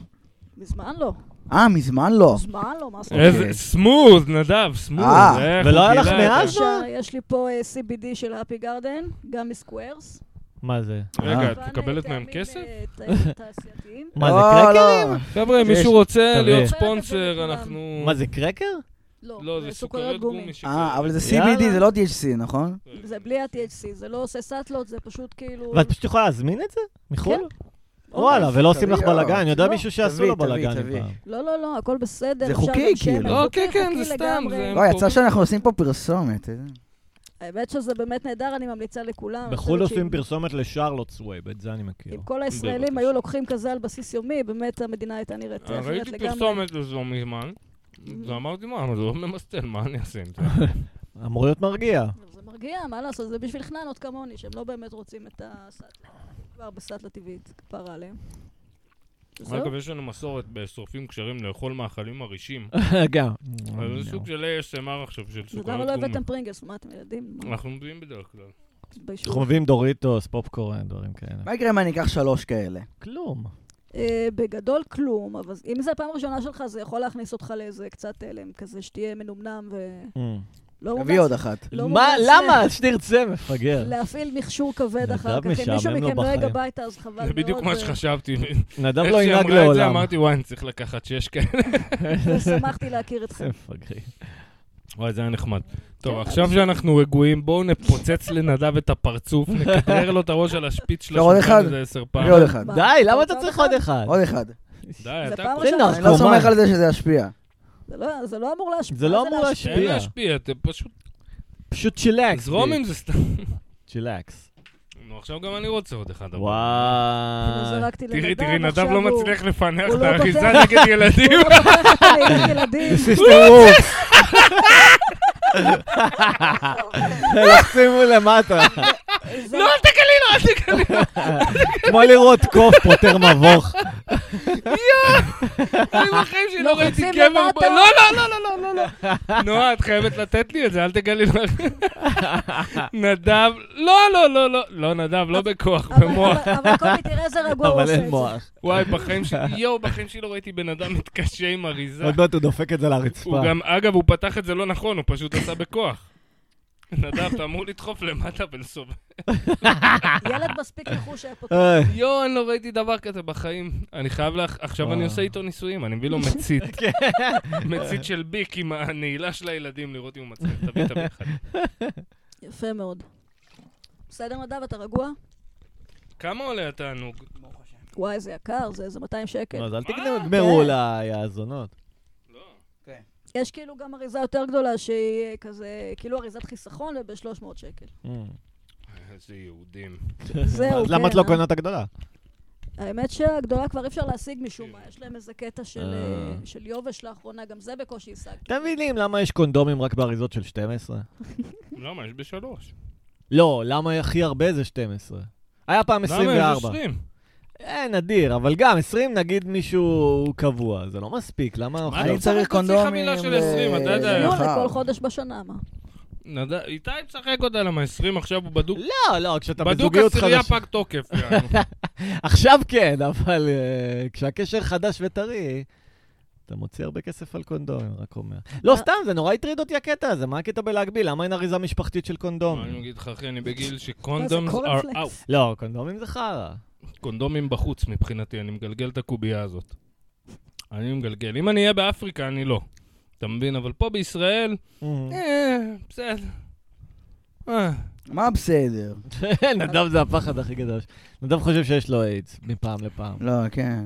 מזמן לא.
אה, מזמן לא.
מזמן לא, מה זאת אומרת?
איזה סמוז, נדב, סמוז.
אה,
איך
אוקיי. ולא
הוא
היה לך
גילה את
מאז?
ה-
עכשיו, יש לי פה אה, CBD של האפי גרדן, גם מסקוורס.
מה זה?
רגע,
אה.
כן, את
כמובן,
מקבלת
אה,
מהם
טעמים,
כסף?
אה, טעים תעשייתיים.
מה, זה
לא,
קרקרים?
לא.
חבר'ה, אם
שיש-
מישהו רוצה
תביא.
להיות
אומרת את זה
ספונסר,
לכולם.
אנחנו...
מה, זה קרקר?
אה,
לא, זה סוכריות גומי. שכאלה.
אה, אבל זה
יאללה.
CBD, זה לא DHC, נכון?
כן,
זה בלי ה-THC, זה לא עושה סאטלות, זה פשוט כאילו...
ואת פשוט יכולה להזמין את זה? מחו"ל?
אוקיי.
וואלה, ולא עושים לך
תביא,
בלאגן,
אה.
אני יודע
לא,
מישהו שעשו
תביא,
לו
תביא,
בלאגן
תביא.
פעם.
לא, לא, לא, הכל בסדר.
זה
אפשר
חוקי,
גם שמן,
כאילו.
לא,
חוקי,
כן, כן,
חוקי
זה סתם,
לגמרי.
זה-
לא, יצא שאנחנו עושים פה פרסומת. אה.
האמת שזה באמת נהדר, אני ממליצה לכולם. אני
בחו"ל
חושבת
עושים
שאם-
פרסומת לשרלוטס וייב, את זה אני מכיר.
אם אה, כל הישראלים
בבקשה.
היו לוקחים כזה על בסיס יומי, באמת המדינה הייתה נראית
אה,
אחרת
ראיתי
לגמרי.
פרסומת לזה לא מזמן.
Mm-hmm.
אז אמרתי, מה, אבל זה לא ממסטל, מה אני אעשה עם זה?
אמור להיות מרגיע.
זה מרגיע, מה לעשות, זה בשביל חננות כמוני, שהם לא באמת רוצים את הסאטלה. כבר בסאטלה טבעית, כפרה עליהם. זהו.
אגב, יש לנו מסורת בשורפים קשרים לאכול מאכלים מרעישים.
גם.
אז
אה,
אה,
זה סוג של ASMR עכשיו, של
אז
סוכריות
למה לא
גומי.
הבאתם פרינגלס? מה, אתם ילדים? מה,
אנחנו מביאים בדרך כלל.
תתביישו.
אנחנו מביאים דוריטוס, פופקורן, דברים כאלה. Mm.
מה יקרה אם אני אקח שלוש כאלה?
כלום.
אה, בגדול כלום, אבל אם זה הפעם הראשונה שלך, זה יכול להכניס אותך לאיזה קצת הלם, כזה שתהיה מנומנם ולא
תביא
מומלץ
עוד אחת.
מה,
לא מומלץ
למה? אז שתרצה מפגר.
להפעיל מכשור כבד
נדב
אחר כך. אם
משעמם
מישהו
לו
מכם נוהג
בחיים.
הביתה, אז חבל מאוד.
זה בדיוק מה
ו-
שחשבתי.
נדב
איך
לא
שהיא
ינהג
אמרה את זה,
לעולם.
אמרתי, וואי, אני צריך לקחת שש כאלה.
ושמחתי להכיר אתכם.
איזה מפגרים.
וואי, זה היה נחמד. טוב,
כן.
עכשיו שאנחנו רגועים, בואו נפוצץ לנדב את הפרצוף, נקטרר לו את הראש על השפיץ של
לא, עוד
השולחן
אחד.
איזה עשר
תביא
פעמים.
עוד אחד.
מה?
די, למה
רוצה
אתה צריך
עוד
עוד אחד?
עוד אחד.
די,
זה
אתה כן
פעם
כל-
לא נכון. זה נכון.
ראשונה.
אני לא
נרקומן.
סומך על זה שזה ישפיע.
זה לא- זה לא אמור להשפיע.
זה לא
מה
אמור
תן
להשפיע.
להשפיע, אתם פשוט...
פשוט צ'ילקס.
זרום
בי.
עם זה לא- סתם.
צ'ילקס.
נו, עכשיו גם אני רוצה עוד אחד. אבל.
כאילו,
וואי.
זרקתי
תראי,
לנדב,
תראי, נדב
עכשיו
לא
הוא-
מצליח לפענח
הוא
את
לא
האריזה
פותח.
נגד ילדים.
הוא לא לוקח אותי לילדים,
לא
ילדים.
סיסטר ווקס. לחצימו למטה.
זה-
לא, אל תגלי לו, אל תגלי לו.
כמו לראות קוף פותר מבוך.
אני בחיים שלי לא ראיתי
לוחצים
גבר. ב-
למטה.
לא, לא, לא, לא, לא, לא, לא. נועה, את חייבת לתת לי את זה, אל תגלי לו. נדב, לא, לא, לא, לא. לא, נדב, לא בכוח,
אבל-
במוח.
אבל- אבל קובי, תראה איזה רגוע הוא
אבל
עושה את
אין
זה.
מוח.
וואי, בחיים שלי, יואו, בחיים שלי לא ראיתי בן אדם מתקשה עם אריזה.
עוד מעט הוא דופק את זה
הוא
לרצפה.
גם, אגב, הוא פתח את זה לא נכון, הוא פשוט עשה בכוח. נדב, אתה אמור לדחוף למטה ולסובב.
ילד מספיק נחוש היה פה.
איי.
יואו, אני לא ראיתי דבר כזה בחיים. אני חייב לך, עכשיו
וואו.
אני עושה איתו ניסויים, אני מביא לו מצית. מצית של ביק עם הנעילה של הילדים, לראות אם הוא מצליח. תביא, תביא אחד.
יפה מאוד. בסדר, נדב, אתה רגוע?
כמה עולה התענוג?
וואי, זה יקר, זה איזה 200 שקל.
נו, אז אל תגמרו לה, יא הזונות.
יש כאילו גם אריזה יותר גדולה שהיא אה, כזה, כאילו אריזת חיסכון וב-300 שקל.
Mm.
איזה יהודים.
זהו,
אז למה את לא
אה?
קונה את הגדולה?
האמת שהגדולה כבר אי אפשר להשיג משום מה, יש להם איזה קטע של,
אה.
אה, של יובש לאחרונה, גם זה בקושי השגתי.
אתם מבינים למה יש קונדומים רק באריזות של 12?
למה? יש בשלוש.
לא, למה הכי הרבה זה 12? היה פעם
למה יש
24.
עשרים?
אה, נדיר, אבל גם 20 נגיד מישהו הוא קבוע, זה לא מספיק, למה... אנחנו-
מה
אני
אתה
צריך
משחק? תוציא
קונדומים
חבילה של
ל-
20, אתה
זה
לא יודע.
יום
אה.
לכל חודש בשנה, מה?
נדב- איתי משחק אותה למה 20 עכשיו הוא בדוק.
לא, לא, כשאתה
בדוק
בזוגיות
עשירייה
חדשה.
פג תוקף. יענו.
עכשיו כן, אבל אה, כשהקשר חדש וטרי, אתה מוציא הרבה כסף על קונדומים, רק אומר. לא,
אה.
סתם, זה נורא הטריד אותי הקטע הזה, מה הקטע בלהגביל? למה אין אריזה משפחתית של
אני
קונדומים?
אגיד לך, אחי, אני בגיל שקונדומס are
קורנפלקס?
out.
לא, קונדומים זה חרא.
קונדומים בחוץ מבחינתי, אני מגלגל את הקובייה הזאת. אני מגלגל. אם אני אהיה באפריקה, אני לא. אתה מבין? אבל פה בישראל,
כן.
אה, בסדר. אה,
מה בסדר?
נדב זה הפחד הכי גדול. נדב חושב שיש לו איידס, מפעם לפעם.
לא, כן.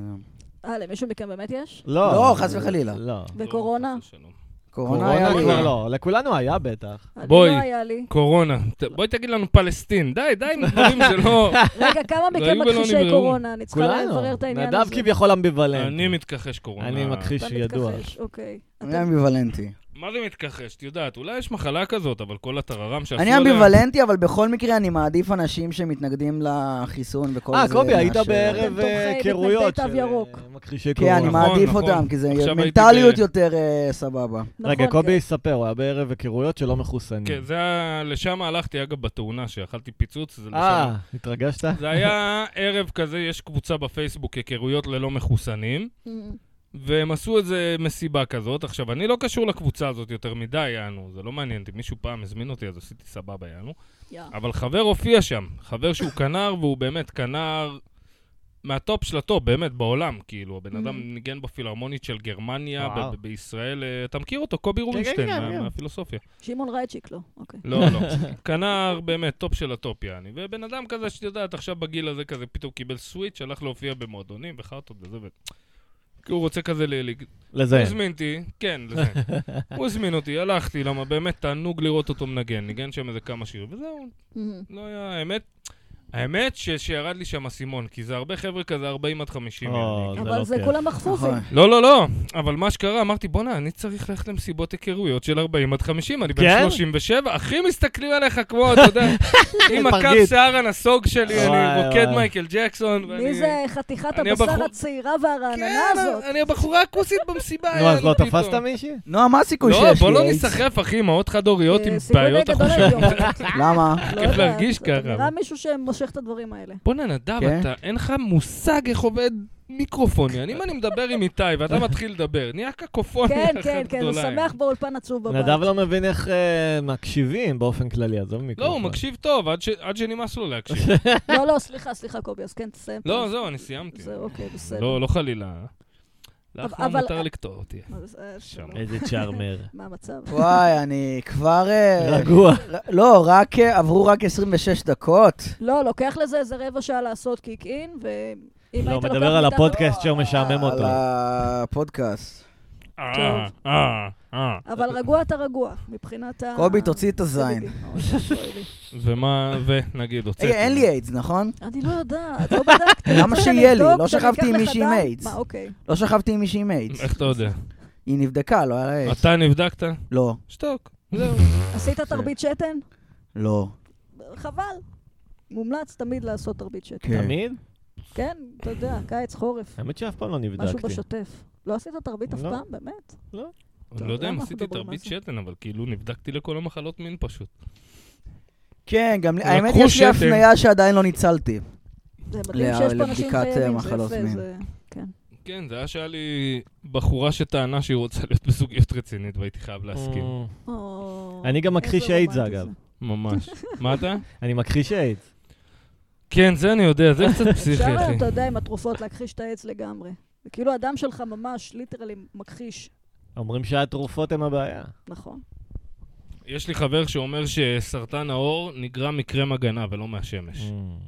אה, למישהו מכם באמת יש?
לא.
לא, חס וחלילה.
לא.
וקורונה?
לא, חס ושלום.
קורונה
קורונה
היה לי.
כבר לא, לכולנו היה בטח.
אני
בואי.
לא היה לי.
קורונה. ת- בואי תגיד לנו פלסטין. די, די עם דברים שלא...
רגע, כמה מכם
היו לא, ולא
מכחישי
נבראו.
קורונה? אני צריכה
כולנו.
לברר את העניין
נדב
הזה.
כביכול אמביוולנט.
אני מתכחש קורונה.
אני מכחיש
אתה
ידוע.
מתכחש, אוקיי.
אני
אתם-
אמביוולנטי.
מה זה מתכחש? את יודעת, אולי יש מחלה כזאת, אבל כל הטררם שעשו
אני
עליה...
אמביוולנטי, אבל בכל מקרה אני מעדיף אנשים שמתנגדים לחיסון וכל זה.
אה, קובי, היית
מאשר-
אתם
בערב
תומכי
אה,
מתנגדי
כירויות.
תו
של, אה,
ירוק.
מכחישי
כן, אני
נכון,
קורונה.
מעדיף
נכון.
אותם, כי זה
עכשיו הייתי
מנטליות
ב-
יותר אה, סבבה.
רגע,
נכון,
קובי
כן.
יספר, הוא היה בערב הכירויות שלא מחוסנים.
כן, זה היה... לשם הלכתי, אגב, בתאונה, שאכלתי פיצוץ, זה לשם.
אה, התרגשת?
זה היה ערב כזה, יש קבוצה בפייסבוק, היכרויות ללא מחוסנים.
Mm-hmm.
והם עשו איזה מסיבה כזאת. עכשיו, אני לא קשור לקבוצה הזאת יותר מדי, יענו, זה לא מעניין אותי. מישהו פעם הזמין אותי, אז עשיתי סבבה, יענו.
יא.
אבל חבר הופיע שם, חבר שהוא כנר, והוא באמת כנר מהטופ של הטופ, באמת, בעולם, כאילו. הבן
Mm.
אדם ניגן בפילהרמונית של גרמניה,
וואו.
ב- ב- בישראל, אה, אתה מכיר אותו, קובי רובינשטיין,
כן,
מה-
כן.
מהפילוסופיה.
שמעון רייצ'יק לא, אוקיי.
לא, לא. כנר באמת טופ של הטופ, יעני. ובן אדם כזה, שאת יודעת, עכשיו בגיל הזה כזה, פתאום קיבל סוויץ', הלך להופיע במועדונים וחרטות וזה, ו... כי הוא רוצה כזה ל- ל- הוא
לזיין.
הזמין אותי, כן, לזה. הוא הזמין אותי, הלכתי, למה באמת תענוג לראות אותו מנגן, ניגן שם איזה כמה שירים, וזהו,
מהמם.
לא היה, האמת, האמת ש- שירד לי שם אסימון, כי זה הרבה חבר'ה כזה 40 עד 50.
או,
יעני.
זה
אבל
לא
זה
כיף.
כולם מכפופים.
נכון.
לא, לא, לא, אבל מה שקרה, אמרתי, בואנה, אני צריך ללכת למסיבות היכרויות של 40 עד 50, אני בן
כן?
37, אחי, מסתכלים עליך כמו, אתה יודע, עם הקו
פרגית.
שיער הנסוג שלי,
וואי,
אני רוקד
וואי.
מייקל ג'קסון, ואני...
מי זה חתיכת
אני
הבשר
הבחור-
הצעירה והרעננה
כן,
הזאת? אה,
אני הבחורה הכוסית במסיבה.
נו, אז
יאללה,
לא
אה, פתאום.
תפסת מישהי?
נועה, מה הסיכוי שיש לי?
לא, בוא לא
איידס?
נסחף, אחי, אמהות חד-הוריות עם
אה, סיכוי די
בעיות
גדול
החושים.
היום.
למה?
לא
כיף
יודעת,
להרגיש
אתה
ככה.
נראה מישהו שמושך את הדברים האלה.
בואנה, נדב,
כן?
אתה, אין לך מושג איך עובד מיקרופון, יעני. אם אני מדבר עם איתי ואתה מתחיל לדבר, נהיה קקופוניה אחת
כן,
גדולה.
כן, כן, הוא
יעני.
שמח באולפן עצוב בבית.
נדב לא מבין איך אה, מקשיבים באופן כללי, עזוב
לא,
מיקרופון.
הוא מקשיב טוב, עד ש- עד שנמאס לו להקשיב.
לא, לא, סליחה, סליחה, קובי, אז כן, תסיים.
לא, זהו, אני סיימתי.
זה אוקיי, בסדר.
לא, לא חלילה. לאחרונה
אבל-
מותר לקטוע אותי.
אז, אה,
שם.
שלום.
איזה צ'ארמר.
מה המצב?
וואי, אני כבר... אה,
רגוע.
ר- לא, רק... אה, עברו רק 26 דקות.
לא, לוקח לזה איזה רבע שעה לעשות קיק אין, ואם היית
לא,
לוקח...
מדבר על
מתחת-
הפודקאסט שמשעמם אותו.
על הפודקאסט.
אה, אה, אה.
אבל רגוע אתה רגוע, מבחינת ה...
קובי, תוציא את הזין.
אה,
ומה, ונגיד, הוצאתי.
רגע, אין לי איידס, נכון?
אני לא יודעת, לא בדקתי.
למה
צריך
שיהיה לי?
לבדוק,
לא
שאני
שכבתי
אקח
עם
לך
מישהי עם
דם?
איידס.
מה, אוקיי.
לא שכבתי עם מישהי עם איידס.
אה,
איך אתה יודע?
היא נבדקה, לא היה לה איידס.
אתה נבדקת?
לא,
שתוק. זהו.
עשית תרבית שתן?
לא.
חבל. מומלץ תמיד לעשות תרבית שתן.
כן.
תמיד?
כן, אתה יודע, קיץ, חורף,
האמת שאף פעם לא
משהו
נבדקתי.
בשוטף. לא עשית תרבית אף
לא.
פעם, באמת?
אני לא יודע אם
למה אנחנו
עשיתי
מדברים על
תרבית
זה?
שתן, אבל כאילו נבדקתי לכל המחלות מין פשוט.
כן, גם לי... האמת,
לקחו
יש לי
שתן.
הפניה שעדיין לא ניצלתי.
זה מדהים
לא,
שיש פה אנשים
לבדיקת, אה,
חייבים, זה
מחלות
יפה,
מין.
זה... כן.
כן, זה היה שהיה לי בחורה שטענה שהיא רוצה להיות בזוגיות רצינית, והייתי חייב להסכים.
Mm.
או,
אני גם
איזה
מכחיש איידס,
רומנטי
אגב.
ממש. מה אתה?
אני מכחיש איידס.
כן, זה אני יודע, זה קצת פסיכי,
אפשר,
אחי.
אתה יודע, עם התרופות להכחיש את העץ לגמרי. זה כאילו הדם שלך ממש, ליטרלי, מכחיש,
אומרים שהתרופות הן הבעיה.
נכון.
יש לי חבר שאומר שסרטן העור נגרע מקרם הגנה ולא מהשמש.
Mm.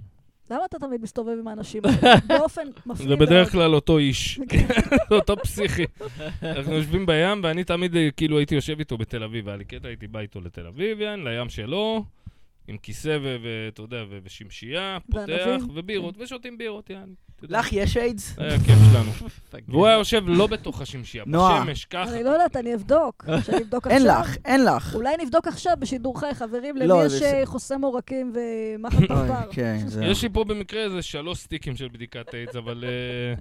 למה אתה תמיד מסתובב עם האנשים האלה? באופן מפחיד.
זה בדרך
מאוד.
כלל אותו איש, זה אותו פסיכי. אנחנו יושבים בים, ואני תמיד אה, כאילו הייתי יושב איתו בתל אביב, היה לי קטע, הייתי בא איתו לתל אביב, יען, לים שלו, עם כיסא ו- ואתה יודע, ו- ושמשייה, פותח,
וענבים.
ובירות, ושותים בירות, יען. אתה יודע.
לך יש איידס?
זה היה הכיף שלנו. והוא היה יושב לא בתוך השמשייה,
נועה.
בשמש, ככה.
אני לא יודעת, אני אבדוק. שאני אבדוק
אין
עכשיו.
לך, אין לך.
אולי נבדוק עכשיו בשידור חי, חברים, למי
לא,
יש
זה-
אה, חוסם עורקים ומחט פרפר.
אוי, כן, זהו.
יש לי פה במקרה איזה שלוש סטיקים של בדיקת איידס, אבל אה,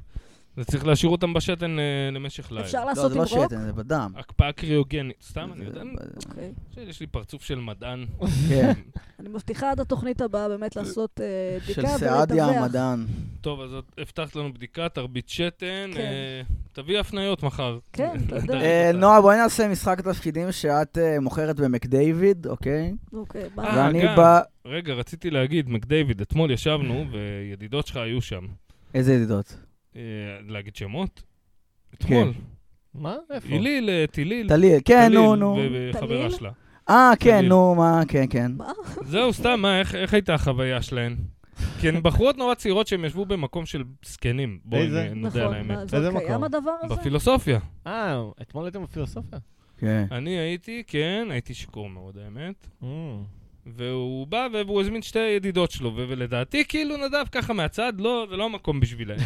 זה צריך להשאיר אותם בשתן אה, למשך לילה.
אפשר
לא,
לעשות
זה
עם
לא
רוק?
שתן, זה בדם.
הקפאה קריוגנית. סתם, אה, אני יודע, אני-
אוקיי.
יש לי פרצוף של מדען.
כן.
אני מבטיחה עד התוכנית הבאה באמת לעשות אה, בדיקה
של
ולדווח.
סעדיה המדען.
טוב, אז את- הבטחת לנו בדיקה, תרבית שתן,
כן.
אה, תביא הפניות מחר.
כן, אתה יודע.
אה, נועה, בואי נעשה משחק תפקידים שאת אה, מוכרת במקדייוויד, אוקיי?
אוקיי, מה?
אה,
ואני
גם.
בא...
רגע, רציתי להגיד, מקדיוויד, אתמול ישבנו, וידידות שלך היו שם.
איזה ידידות?
אה, להגיד שמות?
כן.
אתמול.
מה? איפה?
היליל, אה, תהיליל.
טליל, כן,
טליל
נו, נו.
ו- וחברה
טליל?
שלה.
אה, כן,
טליל.
נו, מה, כן, כן.
זהו, סתם, מה, איך- איך הייתה החוויה שלהן? כי הן בחורות נורא צעירות שהן ישבו במקום של זקנים. בואי
איזה?
נ- נודה על
נכון,
האמת.
מה, זה
איזה
עוד קיים
מקום?
הדבר הזה?
בפילוסופיה.
אה, אתמול הייתם בפילוסופיה.
כן.
אני הייתי, כן, הייתי שיכור מאוד, האמת. והוא בא והוא הזמין שתי ידידות שלו, ו- ולדעתי, כאילו, נדב ככה מהצד, לא, זה לא המקום בשבילם.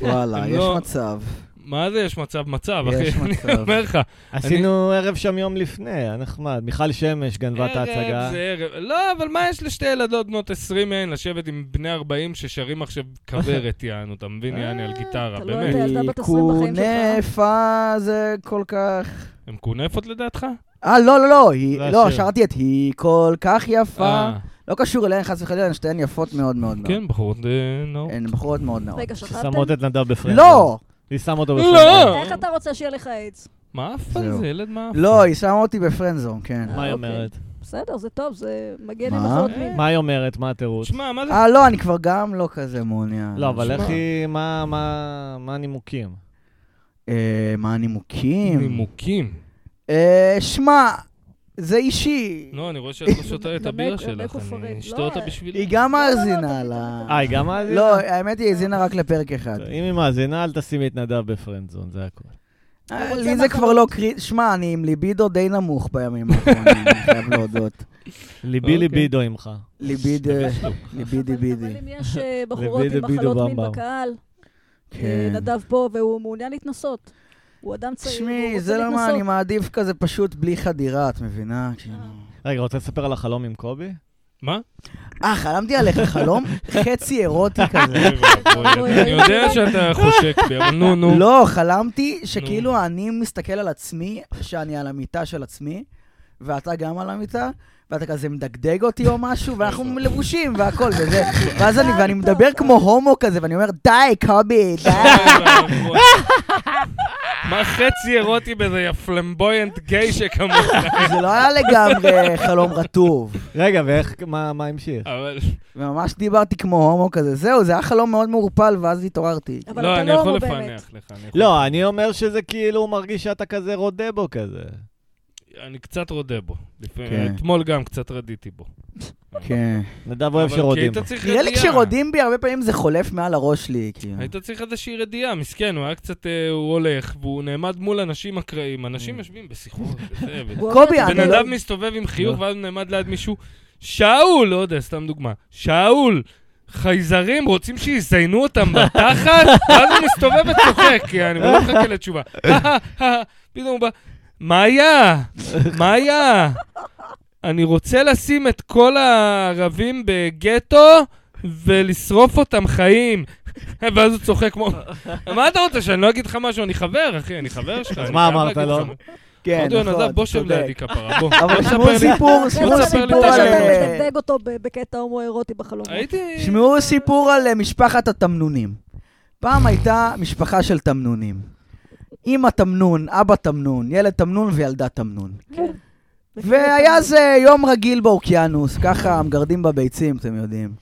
וואלה,
הם
יש
לא-
מצב.
מה זה יש מצב? מצב, אחי.
יש
אני
מצב.
אומר לך,
עשינו ערב שם יום לפני, היה נחמד. מיכל שמש גנבה את ההצגה.
ערב זה ערב. לא, אבל מה יש לשתי ילדות בנות 20 מהן לשבת עם בני 40 ששרים עכשיו כוורת, יענו, אתה מבין, יעני, על גיטרה,
אתה לא
באמת.
יודע. ילדה בת 20 בחיים שלך.
כונפה זה כל כך...
הן כונפות לדעתך?
אה, לא, לא, לא, היא-
זה
לא,
השיר.
שרתי את היא כל כך יפה.
אה,
לא קשור אליהן, חס וחלילה, הן שתיהן יפות מאוד מאוד מאוד.
כן, בחורות אה, נאור.
הן בחורות מאוד נאות.
רגע, שכבתם?
ששמות את נדב בפרנד.
לא!
היא שמה אותו
לא!
בפרנד.
איך אתה רוצה שיהיה לך איידס?
מה עף על
זהו.
זה, ילד? מה עף?
לא, היא שמה אותי בפרנזון, כן.
מה
אוקיי.
היא אומרת?
בסדר, זה טוב, זה מגן עם
מה?
אחרות מין.
מה היא אומרת? מה התירוץ?
שמע, מה זה?
אה, לא, אני כבר גם לא כזה מעוניין.
לא, אבל
שמע,
איך היא... מה- מה מה הנימוקים?
אה, מה הנימוקים?
נימוקים.
אה, שמע, זה אישי.
לא, אני רואה שאת לא שותה את
לנמק-
הבירה
לנמק
שלך,
ופרט.
אני אשתה
לא,
אותה
אה,
בשבילי.
היא גם
לא,
מאזינה
לא,
לה.
אה, היא אה, גם מאזינה?
לא, האמת היא האזינה רק לפרק אחד.
אוקיי.
אם היא מאזינה, אל תשימי את נדב בפרנד זון, זה הכול.
אה,
הוא רוצה
לי זה כבר
מחלות.
לא קריט... שמע, אני עם ליבידו די נמוך בימים האחרונים, אני חייב להודות.
ליבי
אוקיי.
ליבידו עמך.
ליביד... אה, ליבידי
אבל
בידי.
אם יש אה, בחורות
לבידי
עם
בידו
מחלות מין
במבם.
בקהל, אה,
כן.
נדב פה, והוא מעוניין להתנסות. הוא אדם צעיר, הוא
תשמעי,
רוצה
זה לא מה, אני
להתנסות.
מעדיף כזה פשוט בלי חדירה, את מבינה? כאילו.
רגע, רוצה לספר על החלום עם קובי?
מה?
אה, חלמתי עליך חלום חצי אירוטי כזה.
אוי ואבוי,
אוי,
אני יודע שאתה חושק בי, אבל נו, נו.
לא, חלמתי שכאילו אני מסתכל על עצמי, שאני על המיטה של עצמי, ואתה גם על המיטה, ואתה כזה מדגדג אותי או משהו, ואנחנו לבושים והכל, וזה. ואז אני, ואני מדבר כמו הומו כזה, ואני אומר, די, קובי, די.
מה חצי אירוטי בזה, יא פלמבויינט גיי שכמוך.
זה לא היה לגמרי חלום רטוב.
רגע, ואיך, מה מה המשיך?
אבל...
וממש דיברתי כמו הומו כזה. זהו, זה היה חלום מאוד מעורפל, ואז התעוררתי.
אבל
לא,
אתה
אני
לא
יכול
הומו באמת.
לפענח לך. אני יכול-
לא, אני אומר שזה כאילו הוא מרגיש שאתה כזה רודה בו כזה. לא-
אני קצת רודה בו. לפעמים-
כן.
אתמול גם קצת רדיתי בו.
כן.
נדב אוהב
אבל כי
שרודים.
היית צריך
נראה לי
ידיעה.
כשרודים בי, הרבה פעמים זה חולף מעל הראש שלי, כאילו.
היית צריך איזושהי רדיעה, מסכן, הוא היה קצת, אה, הוא הולך, והוא נעמד מול אנשים אקראיים, אנשים יושבים בשיחות, וזה, ו-
הוא
קובי,
אוהב את
בן
אני לא-
אדם מסתובב עם חיוך,
לא.
ואז הוא נעמד ליד מישהו, שאול, לא יודע, סתם דוגמה, שאול, חייזרים רוצים שיזיינו אותם בתחת? ואז הוא מסתובב וצוחק, יעני, הוא לא מחכה לתשובה. פתאום הוא בא, מה היה? מה היה? אני רוצה לשים את כל הערבים בגטו ולשרוף אותם חיים. ואז הוא צוחק כמו... מה אתה רוצה, שאני לא אגיד לך משהו? אני חבר, אחי, אני חבר שלך.
אז
אני
מה
חייב
אמרת
להגיד לך
לו?
משהו.
כן,
עוד יונדב,
נכון,
בוא שב
צודק.
לידי כפרה, בוא.
אבל
בוא
שמעו
תספר לי.
סיפור,
בוא
תספר
שמעו
לי
סיפור
את
אתה
על...
השם.
אה,
מדגדג אותו ב- בקטע הומואירוטי בחלומות.
הייתי...
שמעו סיפור על אה, משפחת התמנונים. פעם הייתה משפחה של תמנונים. אמא תמנון, אבא תמנון, ילד תמנון וילדה תמנון.
כן.
כן.
והיה זה יום רגיל באוקיינוס, ככה מגרדים בביצים, אתם יודעים.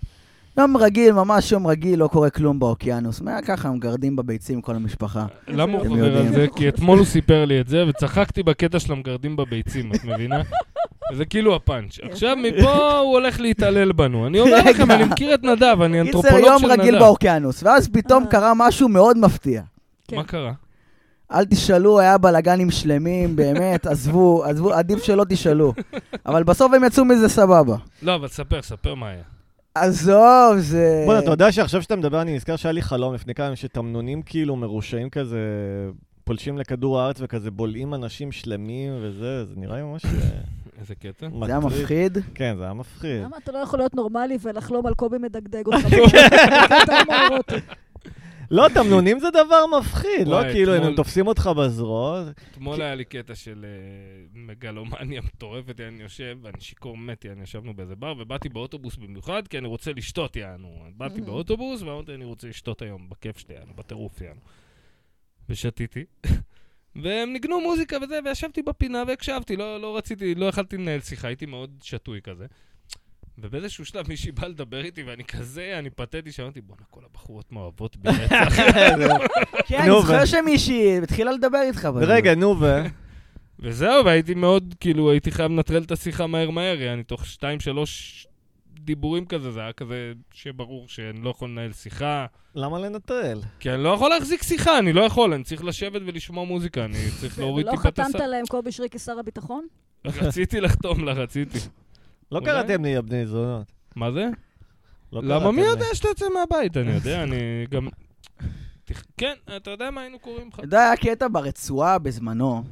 יום רגיל, ממש יום רגיל, לא קורה כלום באוקיינוס. מה ככה מגרדים בביצים כל המשפחה?
למה הוא
אתם
חוזר על
יודעים.
זה? כי אתמול הוא סיפר לי את זה, וצחקתי בקטע של המגרדים בביצים, את מבינה? זה כאילו הפאנץ'. עכשיו, מפה הוא הולך להתעלל בנו. אני אומר לכם,
רגע.
אני מכיר את נדב, אני
קיצר,
אנתרופולוג
יום
של
רגיל
נדב.
באוקיינוס, ואז פתאום
אה.
קרה משהו מאוד מפתיע.
מה קרה?
אל תשאלו, היה בלאגנים שלמים, באמת, עזבו, עזבו, עדיף שלא תשאלו. אבל בסוף הם יצאו מזה סבבה.
לא, אבל ספר, ספר מה היה.
עזוב, זה...
בוא'נה, אתה יודע שעכשיו שאתה מדבר, אני נזכר שהיה לי חלום לפני כמה ימים שתמנונים כאילו מרושעים כזה, פולשים לכדור הארץ וכזה בולעים אנשים שלמים וזה, זה נראה לי ממש אה,
איזה קטע?
מטריד.
זה היה מפחיד.
כן, זה היה מפחיד.
למה אתה לא יכול להיות נורמלי ולחלום על קובי מדגדג אותך?
כן.
בקטע הומואירוטי.
לא, תמנונים זה דבר מפחיד, לא
וואי,
כאילו, אם הם
אתמול-
תופסים אותך בזרוע,
אתמול היה לי קטע של אה, מגלומניה מטורפת, אני יושב, אני שיכור מתי, אני ישבנו באיזה בר, ובאתי באוטובוס במיוחד, כי אני רוצה לשתות, יענו. באתי באוטובוס, ואמרתי, אני רוצה לשתות היום, בכיף שלי, יענו, בטירוף, יענו. ושתיתי. והם ניגנו מוזיקה וזה, וישבתי בפינה והקשבתי, לא, לא רציתי, לא יכלתי לנהל שיחה, הייתי מאוד שתוי כזה. ובאיזשהו שלב מישהי באה לדבר איתי, ואני כזה, אני פתטי, שאמרתי, בואנה, כל הבחורות מאוהבות בי רצח.
כן, אני
נו,
זוכר
ו-
שמישהי התחילה לדבר איתך. בזה.
רגע, נו ו...
וזהו, והייתי מאוד, כאילו, הייתי חייב לנטרל את השיחה מהר מהר, יעני, תוך שתיים, שלוש דיבורים כזה, זה היה כזה שברור שאני לא יכול לנהל שיחה,
למה לנטרל?
כי אני לא יכול להחזיק שיחה, אני לא יכול, אני צריך לשבת ולשמוע מוזיקה, אני צריך להוריד
לא
טיפה את
חתמת
הסל.
להם קובי שרי כשר הביטחון?
רציתי לחתום לה, רציתי.
לא
אולי?
קראתם לי הבני זונות.
מה זה?
לא
למה
קראתם
מי
לי.
יודע שאתה יוצא מהבית? אני יודע, אני גם... תכ- כן, אתה יודע מה היינו קוראים לך?
אתה יודע, היה קטע ברצועה בזמנו,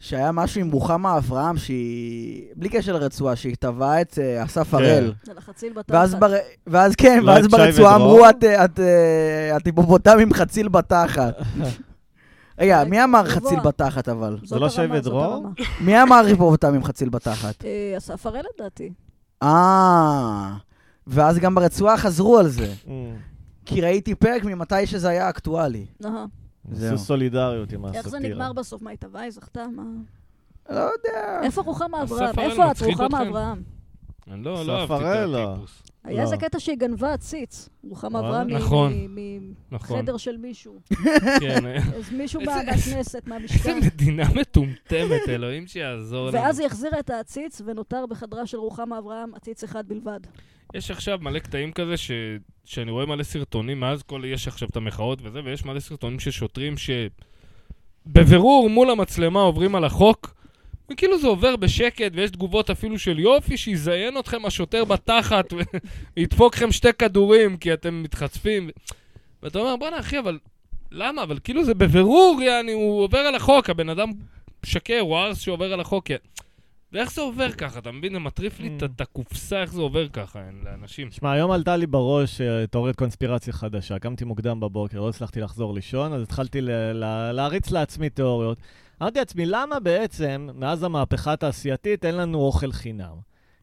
שהיה משהו עם רוחמה אברהם, שהיא, בלי קשר לרצועה, שהיא טבעה את אה, אסף הראל.
זה לחציל
ואז,
בתחת.
בר... ואז כן,
כן. לא
ואז
את שי
ברצועה
ודרור?
אמרו, את, אה, את, אה, את היפופוטם עם חציל בתחת. רגע, מי אמר
גבוה.
חציל בתחת אבל?
זאת
לא
הרמה,
שבט
זאת
דרור?
הרמה.
מי אמר היפופוטם עם חציל בתחת?
אה, אסף הראל לדעתי.
אה, ואז גם ברצועה חזרו על זה.
אמ,
כי ראיתי פרק ממתי שזה היה אקטואלי.
אהה.
עשו סולידריות עם הסאטירה.
איך זה נגמר בסוף? מה, היא טבעה? היא זכתה? מה?
לא יודע.
איפה רוחמה
אסף
אברהם?
הראל
איפה את
מצחיק
רוחמה
אתכם?
אברהם?
אני לא
אסף
לא אהבתי את
הראל,
הטיפוס.
היה איזה קטע שהיא גנבה ציץ. רוחמה
וואלה.
אברהם מ-
נכון.
מ-
נכון.
מחדר של מישהו.
כן,
אז מישהו
איזה-
בא
איזה-
מהכנסת,
איזה
מהמשכן.
מדינה מטומטמת, אלוהים שיעזור לנו.
ואז היא החזירה את העציץ, ונותר בחדרה של רוחמה אברהם עציץ אחד בלבד.
יש עכשיו מלא קטעים כזה ש... שאני רואה מלא סרטונים, מאז כל... יש עכשיו את המחאות וזה, ויש מלא סרטונים של שוטרים שבבירור מול המצלמה עוברים על החוק, וכאילו זה עובר בשקט, ויש תגובות אפילו של יופי, שיזיין אתכם השוטר בתחת, וידפוק לכם שתי כדורים, כי אתם מתחצפים. ואתה אומר, בואנה אחי, אבל למה? אבל כאילו זה בבירור, יעני, הוא עובר על החוק, הבן אדם שקר, הוא ארס שעובר על החוק. יא- ואיך זה עובר ככה, אתה מבין? זה מטריף לי את- את הקופסה, איך זה עובר ככה, אין, לאנשים.
שמע, היום עלתה לי בראש אה, תיאוריית קונספירציה חדשה. קמתי מוקדם בבוקר, לא הצלחתי לחזור לישון, אז התחלתי ל- ל- להריץ לעצמי תיאוריות. אמרתי לעצמי, למה בעצם מאז המהפכה התעשייתית אין לנו אוכל חינם?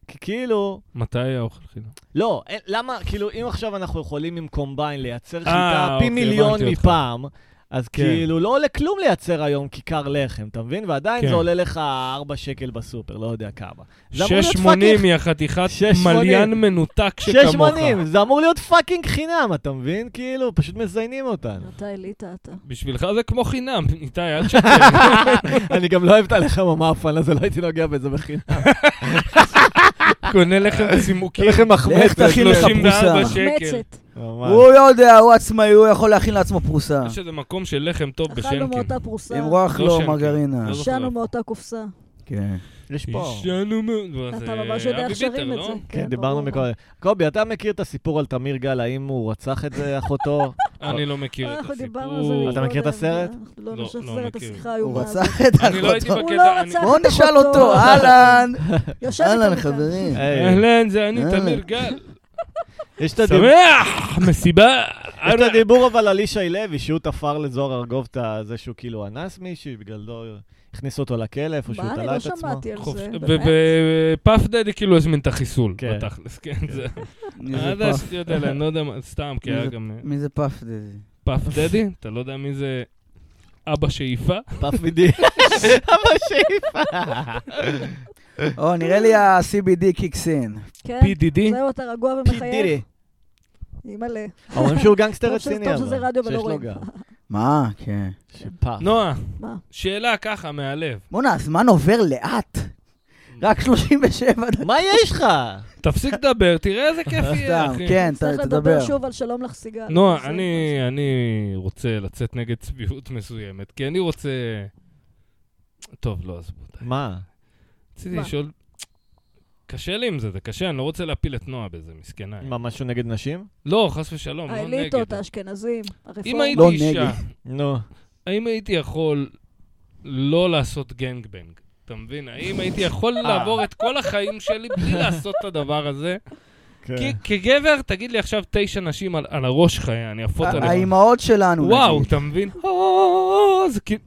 כי כאילו...
מתי היה אוכל חינם?
לא, אין- למה, כאילו, אם עכשיו אנחנו יכולים עם קומביין לייצר
אה,
חיטה פי
אוקיי,
מיליון
הבנתי אותך.
מפעם, אז
כן.
כאילו לא עולה כלום לייצר היום כיכר לחם, אתה מבין? ועדיין
כן.
זה עלה לך 4 שקל בסופר, לא יודע כמה. זה אמור להיות
680
פאקינג-
היא החתיכת
680.
מליין מנותק שכמוך.
680, זה אמור להיות פאקינג חינם, אתה מבין? כאילו, פשוט מזיינים אותנו.
אתה אליטה, אתה.
בשבילך זה כמו חינם, איתי, אל שקר. אה.
אני גם לא אוהב את הלחם המאפן הזה, לא הייתי נוגע בזה בחינם.
קונה לחם צימוקים.
לחם
לך
מחמצת.
תכין לך
34
פרוסה.
שקל.
מחמצת.
ממש.
הוא לא יודע, הוא עצמאי, הוא יכול להכין לעצמו פרוסה.
יש איזה מקום של לחם טוב
אכלנו
בשנקין.
מאותה פרוסה,
למרוח
לא
לו
שם, כן.
מרגרינה.
לא זוכר.
ישנו מאותה קופסה.
כן.
יש פה.
אישנו מאוד.
אתה ממש יודע איך שרים
לא?
את זה.
כן, דיברנו
ברור.
מקודם. קובי, אתה מכיר את הסיפור על תמיר גל, האם הוא רצח את אה, אחותו?
אני לא מכיר את
אנחנו דיברנו על זה
הסיפור.
אתה
מקודם,
מכיר את הסרט?
אנחנו
לא,
לא
לא
נשחזר את
מכיר.
השיחה
הוא
האיומה
רצה
הזאת.
את
אני לא אה? הייתי
אחותו.
הוא
בקטע.
לא
אני-
רצח
בואו
את
נשאל
אחותו.
אותו, אהלן.
יושב איתנו
אהלן,
כאן.
חברים.
היי,
אהלן, זה
אה.
אני,
אהלן.
תמיר גל.
יש את הדיבור-
שמח! מסיבה!
יש את הדיבור אבל על ישי לוי, שהוא תפר לזוהר ארגוב את ה- זה שהוא כאילו אנס מישהי, בגללו הכניסו אותו לכלא, איפה שהוא
מה, אני
תלה
לא
את עצמו.
שמעתי על זה. באמת?
ופאף דדי כאילו הזמין את החיסול,
כן.
בתכלס, כן, זה...
מי זה
עד
פאף?
השטויות האלה, אני לא יודע מה, סתם, כי
מי
היה
זה-
גם...
מי זה פאף דדי?
פאף דדי? אתה לא יודע מי זה אבא שאיפה?
כן.
פאף בידי. אבא שאיפה.
או, נראה לי ה-CBD קיקס אין.
כן,
PDD?
זהו, אתה רגוע
פי
ומחייך.
דירי.
אימא'לה.
אומרים שהוא גנגסטר
טוב שזה-
רציני,
טוב
אבל.
שזה רדיו ולא
שיש לו
רואים.
גם.
מה? כן.
שפאף.
נועה,
מה?
שאלה ככה, מהלב.
בואנה, הזמן עובר לאט. רק
Mm.
37 דקות.
מה יש לך?
תפסיק לדבר, תראה איזה כיף יהיה,
סתם,
אחי.
כן, ת-
צריך
תדבר.
לדבר שוב על שלום לך סיגל.
נועה,
זה
אני, אני רוצה לצאת נגד צביעות מסוימת, כי אני רוצה... טוב, לא, עזבו. די.
מה?
רציתי
מה?
לשאול... קשה לי עם זה, זה קשה, אני לא רוצה להפיל את נועה בזה, מסכנה.
מה, משהו נגד נשים?
לא, חס ושלום, לא נגד.
האליטות, האשכנזים,
אם
הרפורמה.
הייתי
לא
אישה,
נגד.
נו.
האם הייתי יכול לא לעשות גנגבנג? אתה מבין? האם הייתי יכול
אה.
לעבור את כל החיים שלי בלי לעשות את הדבר הזה?
כן.
כי כגבר, תגיד לי עכשיו תשע נשים על- על הראש שלך, אני
אה,
אפות
ה-
עליך.
האימהות שלנו,
וואו,
נגיד.
אתה מבין? אה, זה כאילו...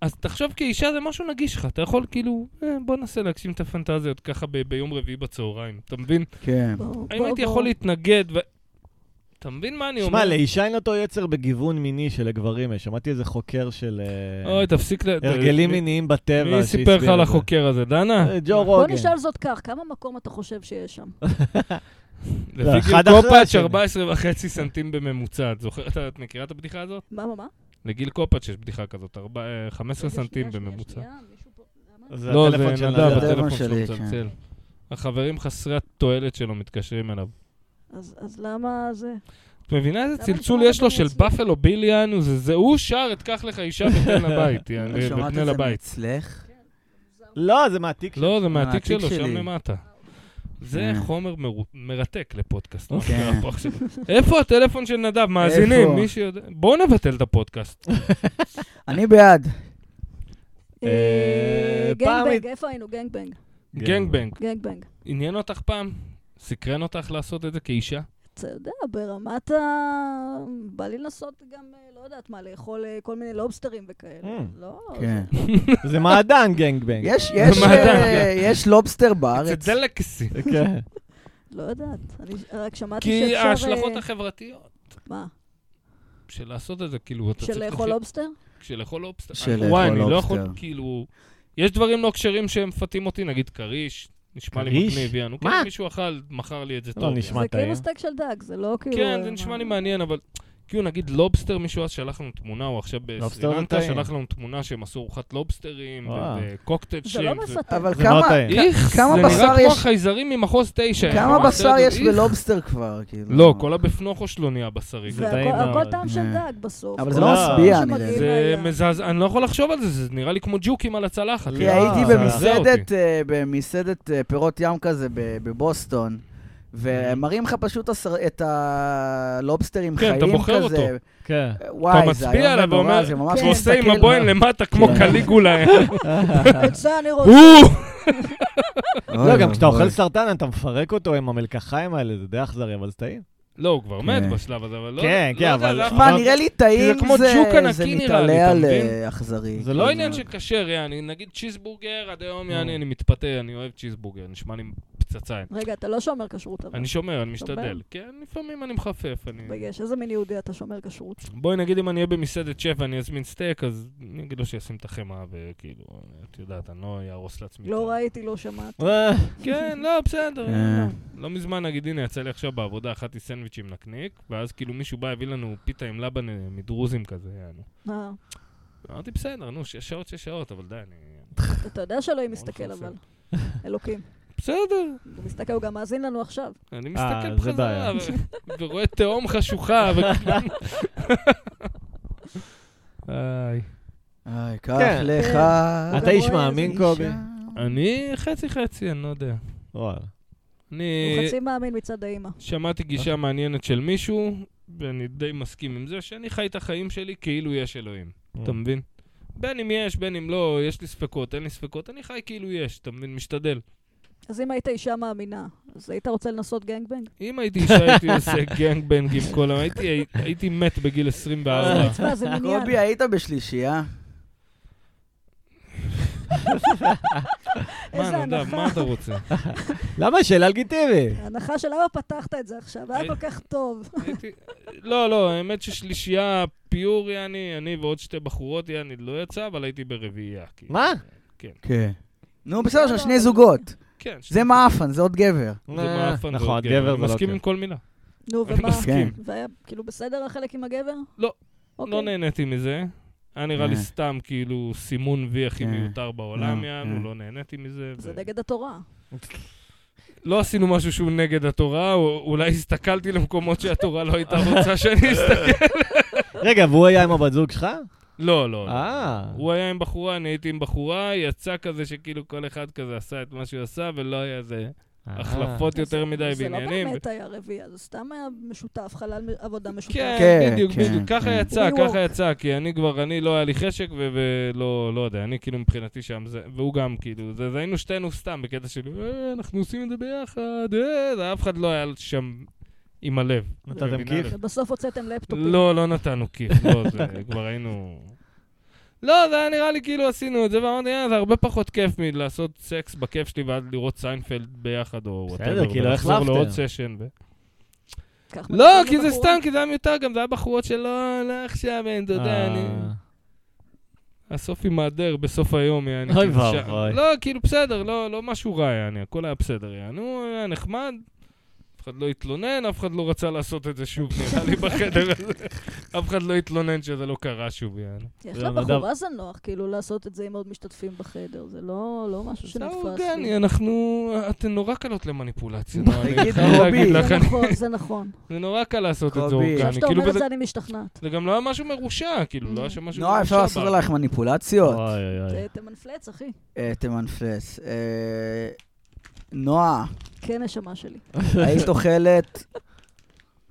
אז תחשוב כאישה זה משהו נגיש לך, אתה יכול כאילו, אה, בוא ננסה להגשים את הפנטזיות ככה ב- ביום רביעי בצהריים, אתה מבין?
כן.
בוא, בוא,
האם הייתי
בוא.
יכול להתנגד ו... אתה מבין מה אני אומר?
שמע, לאישה אין אותו יצר בגיוון מיני שלגברים יש. שמעתי איזה חוקר של אה,
אוי, תפסיק ל...
הרגלים מיניים בטבע
מי סיפר לך
שהסביר
על
את זה.
החוקר הזה, דנה?
אה, ג'ו
בוא
רוגן.
נשאל זאת כך, כמה מקום אתה חושב שיש שם?
לא,
לפי גיל
אחד אחרי
קופאץ'
השני.
14 וחצי סנטים בממוצע, את זוכרת, את מכירה את הבדיחה הזאת?
מה, מה, מה?
לגיל קופאץ' יש בדיחה כזאת, ארבע- אה, 15
רגע,
סנטים
שנייה, שנייה,
בממוצע.
שנייה, מישהו פה- למה?
זה
לא,
הטלפון
זה
של
נדב,
נדב.
הטלפון
הטלפון שלו
שלי, כן.
מצלצל. החברים חסרי התועלת שלו מתקשרים אליו.
אז אז למה זה?
את מבינה איזה
למה
צלצול
שמעת
יש לו
את זה
של
מעצמי?
בפלו ביל יאנו? זה זה הוא שר את קח לך אישה ותן לבית, יעני,
לא שמעת
ותנה
את זה
אה, לבית.
מאצלך?
לא, זה מהתיק שלו.
לא, זה מהתיק
מהתיק
שלו,
שלי.
שם למטה. זה
אה.
חומר מרו- מרתק לפודקאסט. מה
אוקיי.
שקרה פה עכשיו. איפה הטלפון של נדב? מאזינים,
איפה?
מי שיודע. בואו נבטל את הפודקאסט.
אני בעד.
אה, פעם
גנגבנג, איפה היינו? גנגבנג.
כן.
גנגבנג,
גנגבנג.
עניין אותך פעם? סקרן אותך לעשות את זה כאישה?
אתה יודע, ברמת ה... בא לי לנסות גם, אה, לא יודעת מה, לאכול אה, כל מיני לובסטרים וכאלה.
אה,
Mm.
לא,
כן.
זה מעדן גנגבנג.
יש, יש,
מה אתה-
אה, יש לובסטר
זה
בארץ.
דלקסי.
כן.
לא יודעת. אני ש- רק שמעתי שאפשר...
כי
אה,
ההשלכות החברתיות
מה?
של לעשות את זה, כאילו, אתה צריך...
של לאכול
לחיות-
לובסטר?
של לאכול לובסטר.
של
אני-
לאכול
וואי, אני לא
לובסטר.
יכול, כאילו... יש דברים לא כשרים שמפתים אותי, נגיד כריש, נשמע לי
כריש?
מגניב, יענו.
מה?
כן, מישהו אכל, מכר לי את זה
לא,
טוב.
נשמע
יענו.
זה
טעים.
כאילו סטייק של דג, זה לא כאילו...
כן,
אה,
זה נשמע לי
מה-
מעניין, אבל... כאילו, נגיד לובסטר, מישהו אז שלח לנו תמונה, הוא עכשיו
לובסטר זה
בסרילנקה,
טעים.
שלח לנו תמונה שהם עשו ארוחת לובסטרים, ו-
וואו.
וקוקטייל
זה
שרימפ.
לא
ו-
מפתה.
אבל
זה מאוד
כמה,
טעים.
איך, זה
כן. כמה בשר
נראה כמו
יש-
החייזרים ממחוז תשע.
כמה
אנחנו
בשר
בסרט,
יש
איך?
בלובסטר כבר? כאילו?
לא, כל הבפנוכו שלו נהיה בשרי.
זה טעים מאוד.
והכל טעם של
אה.
דג בסוף.
אבל זה
לא.
לא משביע,
שמגיעים
נראה לי.
זה
לים.
מזעזע, אני לא יכול לחשוב על זה, זה נראה לי כמו ג'וקים על הצלחת.
כי
כאילו,
הייתי
זה מזעזע
במסעדת,
אותי.
אה, במסעדת אה, פירות ים כזה ב- בבוסטון, ומראים לך פשוט הסר- את הלובסטרים
כן,
חיים
אתה בוחר
כזה. אה,
אותו.
כן.
אתה
וואי, זה
מצביע עליו
איום ונורא,
ואומר,
זה ממש
כן.
הוא עושה עם
מסתכל.
הבוהן למטה כמו
כן.
קליגולה.
את אה, זה אני רוצה.
הוא!
אוי,
לא, גם כשאתה
אוי.
אוכל סרטן, אתה מפרק אותו עם המלקחיים האלה, זה די אכזרי, אבל זה טעים.
לא, הוא כבר מת
כן.
בשלב הזה, אבל לא...
כן,
לא
כן,
יודע,
אבל-
זה אף
שמע,
פעם-
נראה לי
כי
טעים
זה כמו
זה-
ג'וק
זה
ענקי נראה לי,
מתעלה
אתה
על
מבין?
אה, אכזרי.
זה
זה לא
כן,
עניין
זה-
של כשר, יעני, נגיד צ'יזבורגר, עד היום יעני,
Mm.
אני מתפתה, אני אוהב צ'יזבורגר, נשמע לי פצצה.
רגע, אתה לא שומר כשרות אבל.
אני שומר, אני
שומר?
משתדל. כן, לפעמים אני מחפף. אני-
בגש, איזה מין יהודי אתה שומר כשרות?
בואי נגיד אם אני אהיה במסעדת שף ואני אזמין סטייק, אז אני אגיד לו שישים את החמאה, וכאילו, את יודעת, אני לא אהרוס לעצמי. את
לא
ה-
ראיתי, לא שמעתי.
אה,
כן, לא, בסדר.
אה.
לא מזמן, נגיד, הנה, יצא לי עכשיו בעבודה, אכלתי סנדוויץ' עם נקניק, ואז כאילו מישהו בא, הביא לנו פיתה עם לבן אה, מדרוזים כזה, יענו.
אה,
אמרתי, בסדר, נו, שש שעות, שש שעות, אבל די, אני...
אתה יודע שאלוהים מסתכל
נפרסם.
אבל. אלוקים.
בסדר,
הוא מסתכל, הוא גם מאזין לנו עכשיו.
אני
אה,
מסתכל
זה
בחזרה,
בעיה.
ו- ורואה תהום חשוכה, וכאילו... איי.
איי, קח
כן.
לך...
אתה איש מאמין,
אישה.
קובי?
אני חצי חצי, אני לא יודע.
וואלה.
אני...
הוא חצי מאמין מצד האימא.
שמעתי
אה?
גישה מעניינת של מישהו, ואני די מסכים עם זה, שאני חי את החיים שלי כאילו יש אלוהים.
אה.
אתה מבין? בין אם יש, בין אם לא, יש לי ספקות, אין לי ספקות, אני חי כאילו יש, אתה מבין? משתדל.
אז אם היית אישה מאמינה, אז היית רוצה לנסות גנגבנג?
אם הייתי אישה, הייתי עושה גנג בנג עם כל ה... הייתי- הייתי מת בגיל
אה,
24.
מצווה, זה מניין.
קובי, היית בשלישייה?
מה,
איזה
נדב,
הנחה.
מה אתה רוצה?
למה? שאלה לגיטימית.
ההנחה של למה פתחת את זה עכשיו, היה
הייתי-
כל כך טוב.
הייתי... לא, לא, האמת ששלישייה פיור, יעני, אני ועוד שתי בחורות, יעני, לא יצא, אבל הייתי ברביעייה. כאילו.
מה?
כן. נו, בסדר, יש לך שני זוגות.
כן.
זה מאפן, זה עוד גבר.
זה מאפן, זה
נכון,
עוד
גבר
אני
זה לא
מסכים
כיף.
עם כל מילה.
נו,
אני
ומה?
מסכים.
והיה כאילו בסדר החלק עם הגבר?
לא.
אוקיי.
לא נהניתי מזה. היה נראה לי
אה.
סתם כאילו סימון וי הכי
אה.
מיותר בעולם,
אה,
יענו,
אה.
לא נהניתי מזה.
זה
ו-
נגד התורה.
לא עשינו משהו שהוא נגד התורה, או- אולי הסתכלתי למקומות שהתורה לא הייתה רוצה שאני אסתכל.
רגע, והוא היה עם הבת זוג שלך?
לא, לא. לא.
אה.
הוא היה עם בחורה, אני הייתי עם בחורה, יצא כזה שכאילו כל אחד כזה עשה את מה שהוא עשה, ולא היה איזה
אה.
החלפות יותר מדי
זה
בעניינים.
לא באמת היה רביעייה, זה סתם היה משותף, חלל מ- עבודה משותף.
כן,
כן,
בדיוק,
כן,
בדיוק. ככה
Mm.
כן.
יצא,
WeWork.
ככה יצא, כי אני כבר, אני לא היה לי חשק ו- ולא לא יודע, אני כאילו מבחינתי שם, זה- והוא גם כאילו, זה- זה היינו שתינו סתם בקטע של, "אה, אנחנו עושים את זה ביחד, אה, זה- אף אחד לא היה שם עם הלב.
נתתם
מבינה?
כיף?
ובסוף הוצאתם לפטופים.
לא, לא נתנו כיף, לא, זה כבר היינו... לא, זה היה נראה לי כאילו עשינו את זה, ואמרתי, "אה, זה הרבה פחות כיף מלעשות סקס בכיף שלי ואז לראות סיינפלד ביחד, או
בסדר,
whatever,
כאילו,
ולחזור
החלפתם.
לעוד סשן. ו-
כך
לא,
מדברים
כי זה
לבחורה.
סתם, כי זה היה מיותר, גם זה היה בחורות שלא, לא עכשיו, אין, אתה
אה.
יודע, אני... הסוף עם מהדר בסוף היום, יעני.
אוי
כאילו,
ואבוי.
שם- לא, כאילו, בסדר, לא לא משהו רע, יעני, הכל היה בסדר, יעני. הוא היה נחמד, אף אחד לא התלונן, אף אחד לא רצה לעשות את זה שוב, נראה לי, בחדר הזה. אף אחד לא התלונן שזה לא קרה שוב, יעני.
איך
זה
לבחורה זה נוח, כאילו, לעשות את זה עם עוד משתתפים בחדר, זה לא לא משהו
זה
שנתפס
אורגני,
לי. אנחנו...
אנחנו... אתן נורא קלות למניפולציה, לא, אני
תגיד,
חייב
קובי.
להגיד לך,
זה
אני-
נכון, זה נכון.
זה נורא קל לעשות את זה
קובי.
אורגני.
עכשיו שאתה
כאילו,
אומר את
וזה-
זה, אני משתכנעת.
זה גם לא היה משהו מרושע, כאילו, לא היה שם משהו מרושע.
נועה, אפשר לעשות
בה.
עלייך מניפולציות?
אוי
אה.
אוי אוי.
זה- תמנפלץ, אחי.
אה, תמנפלס. אה, נועה,
כן, נשמה שלי.
היית אוכלת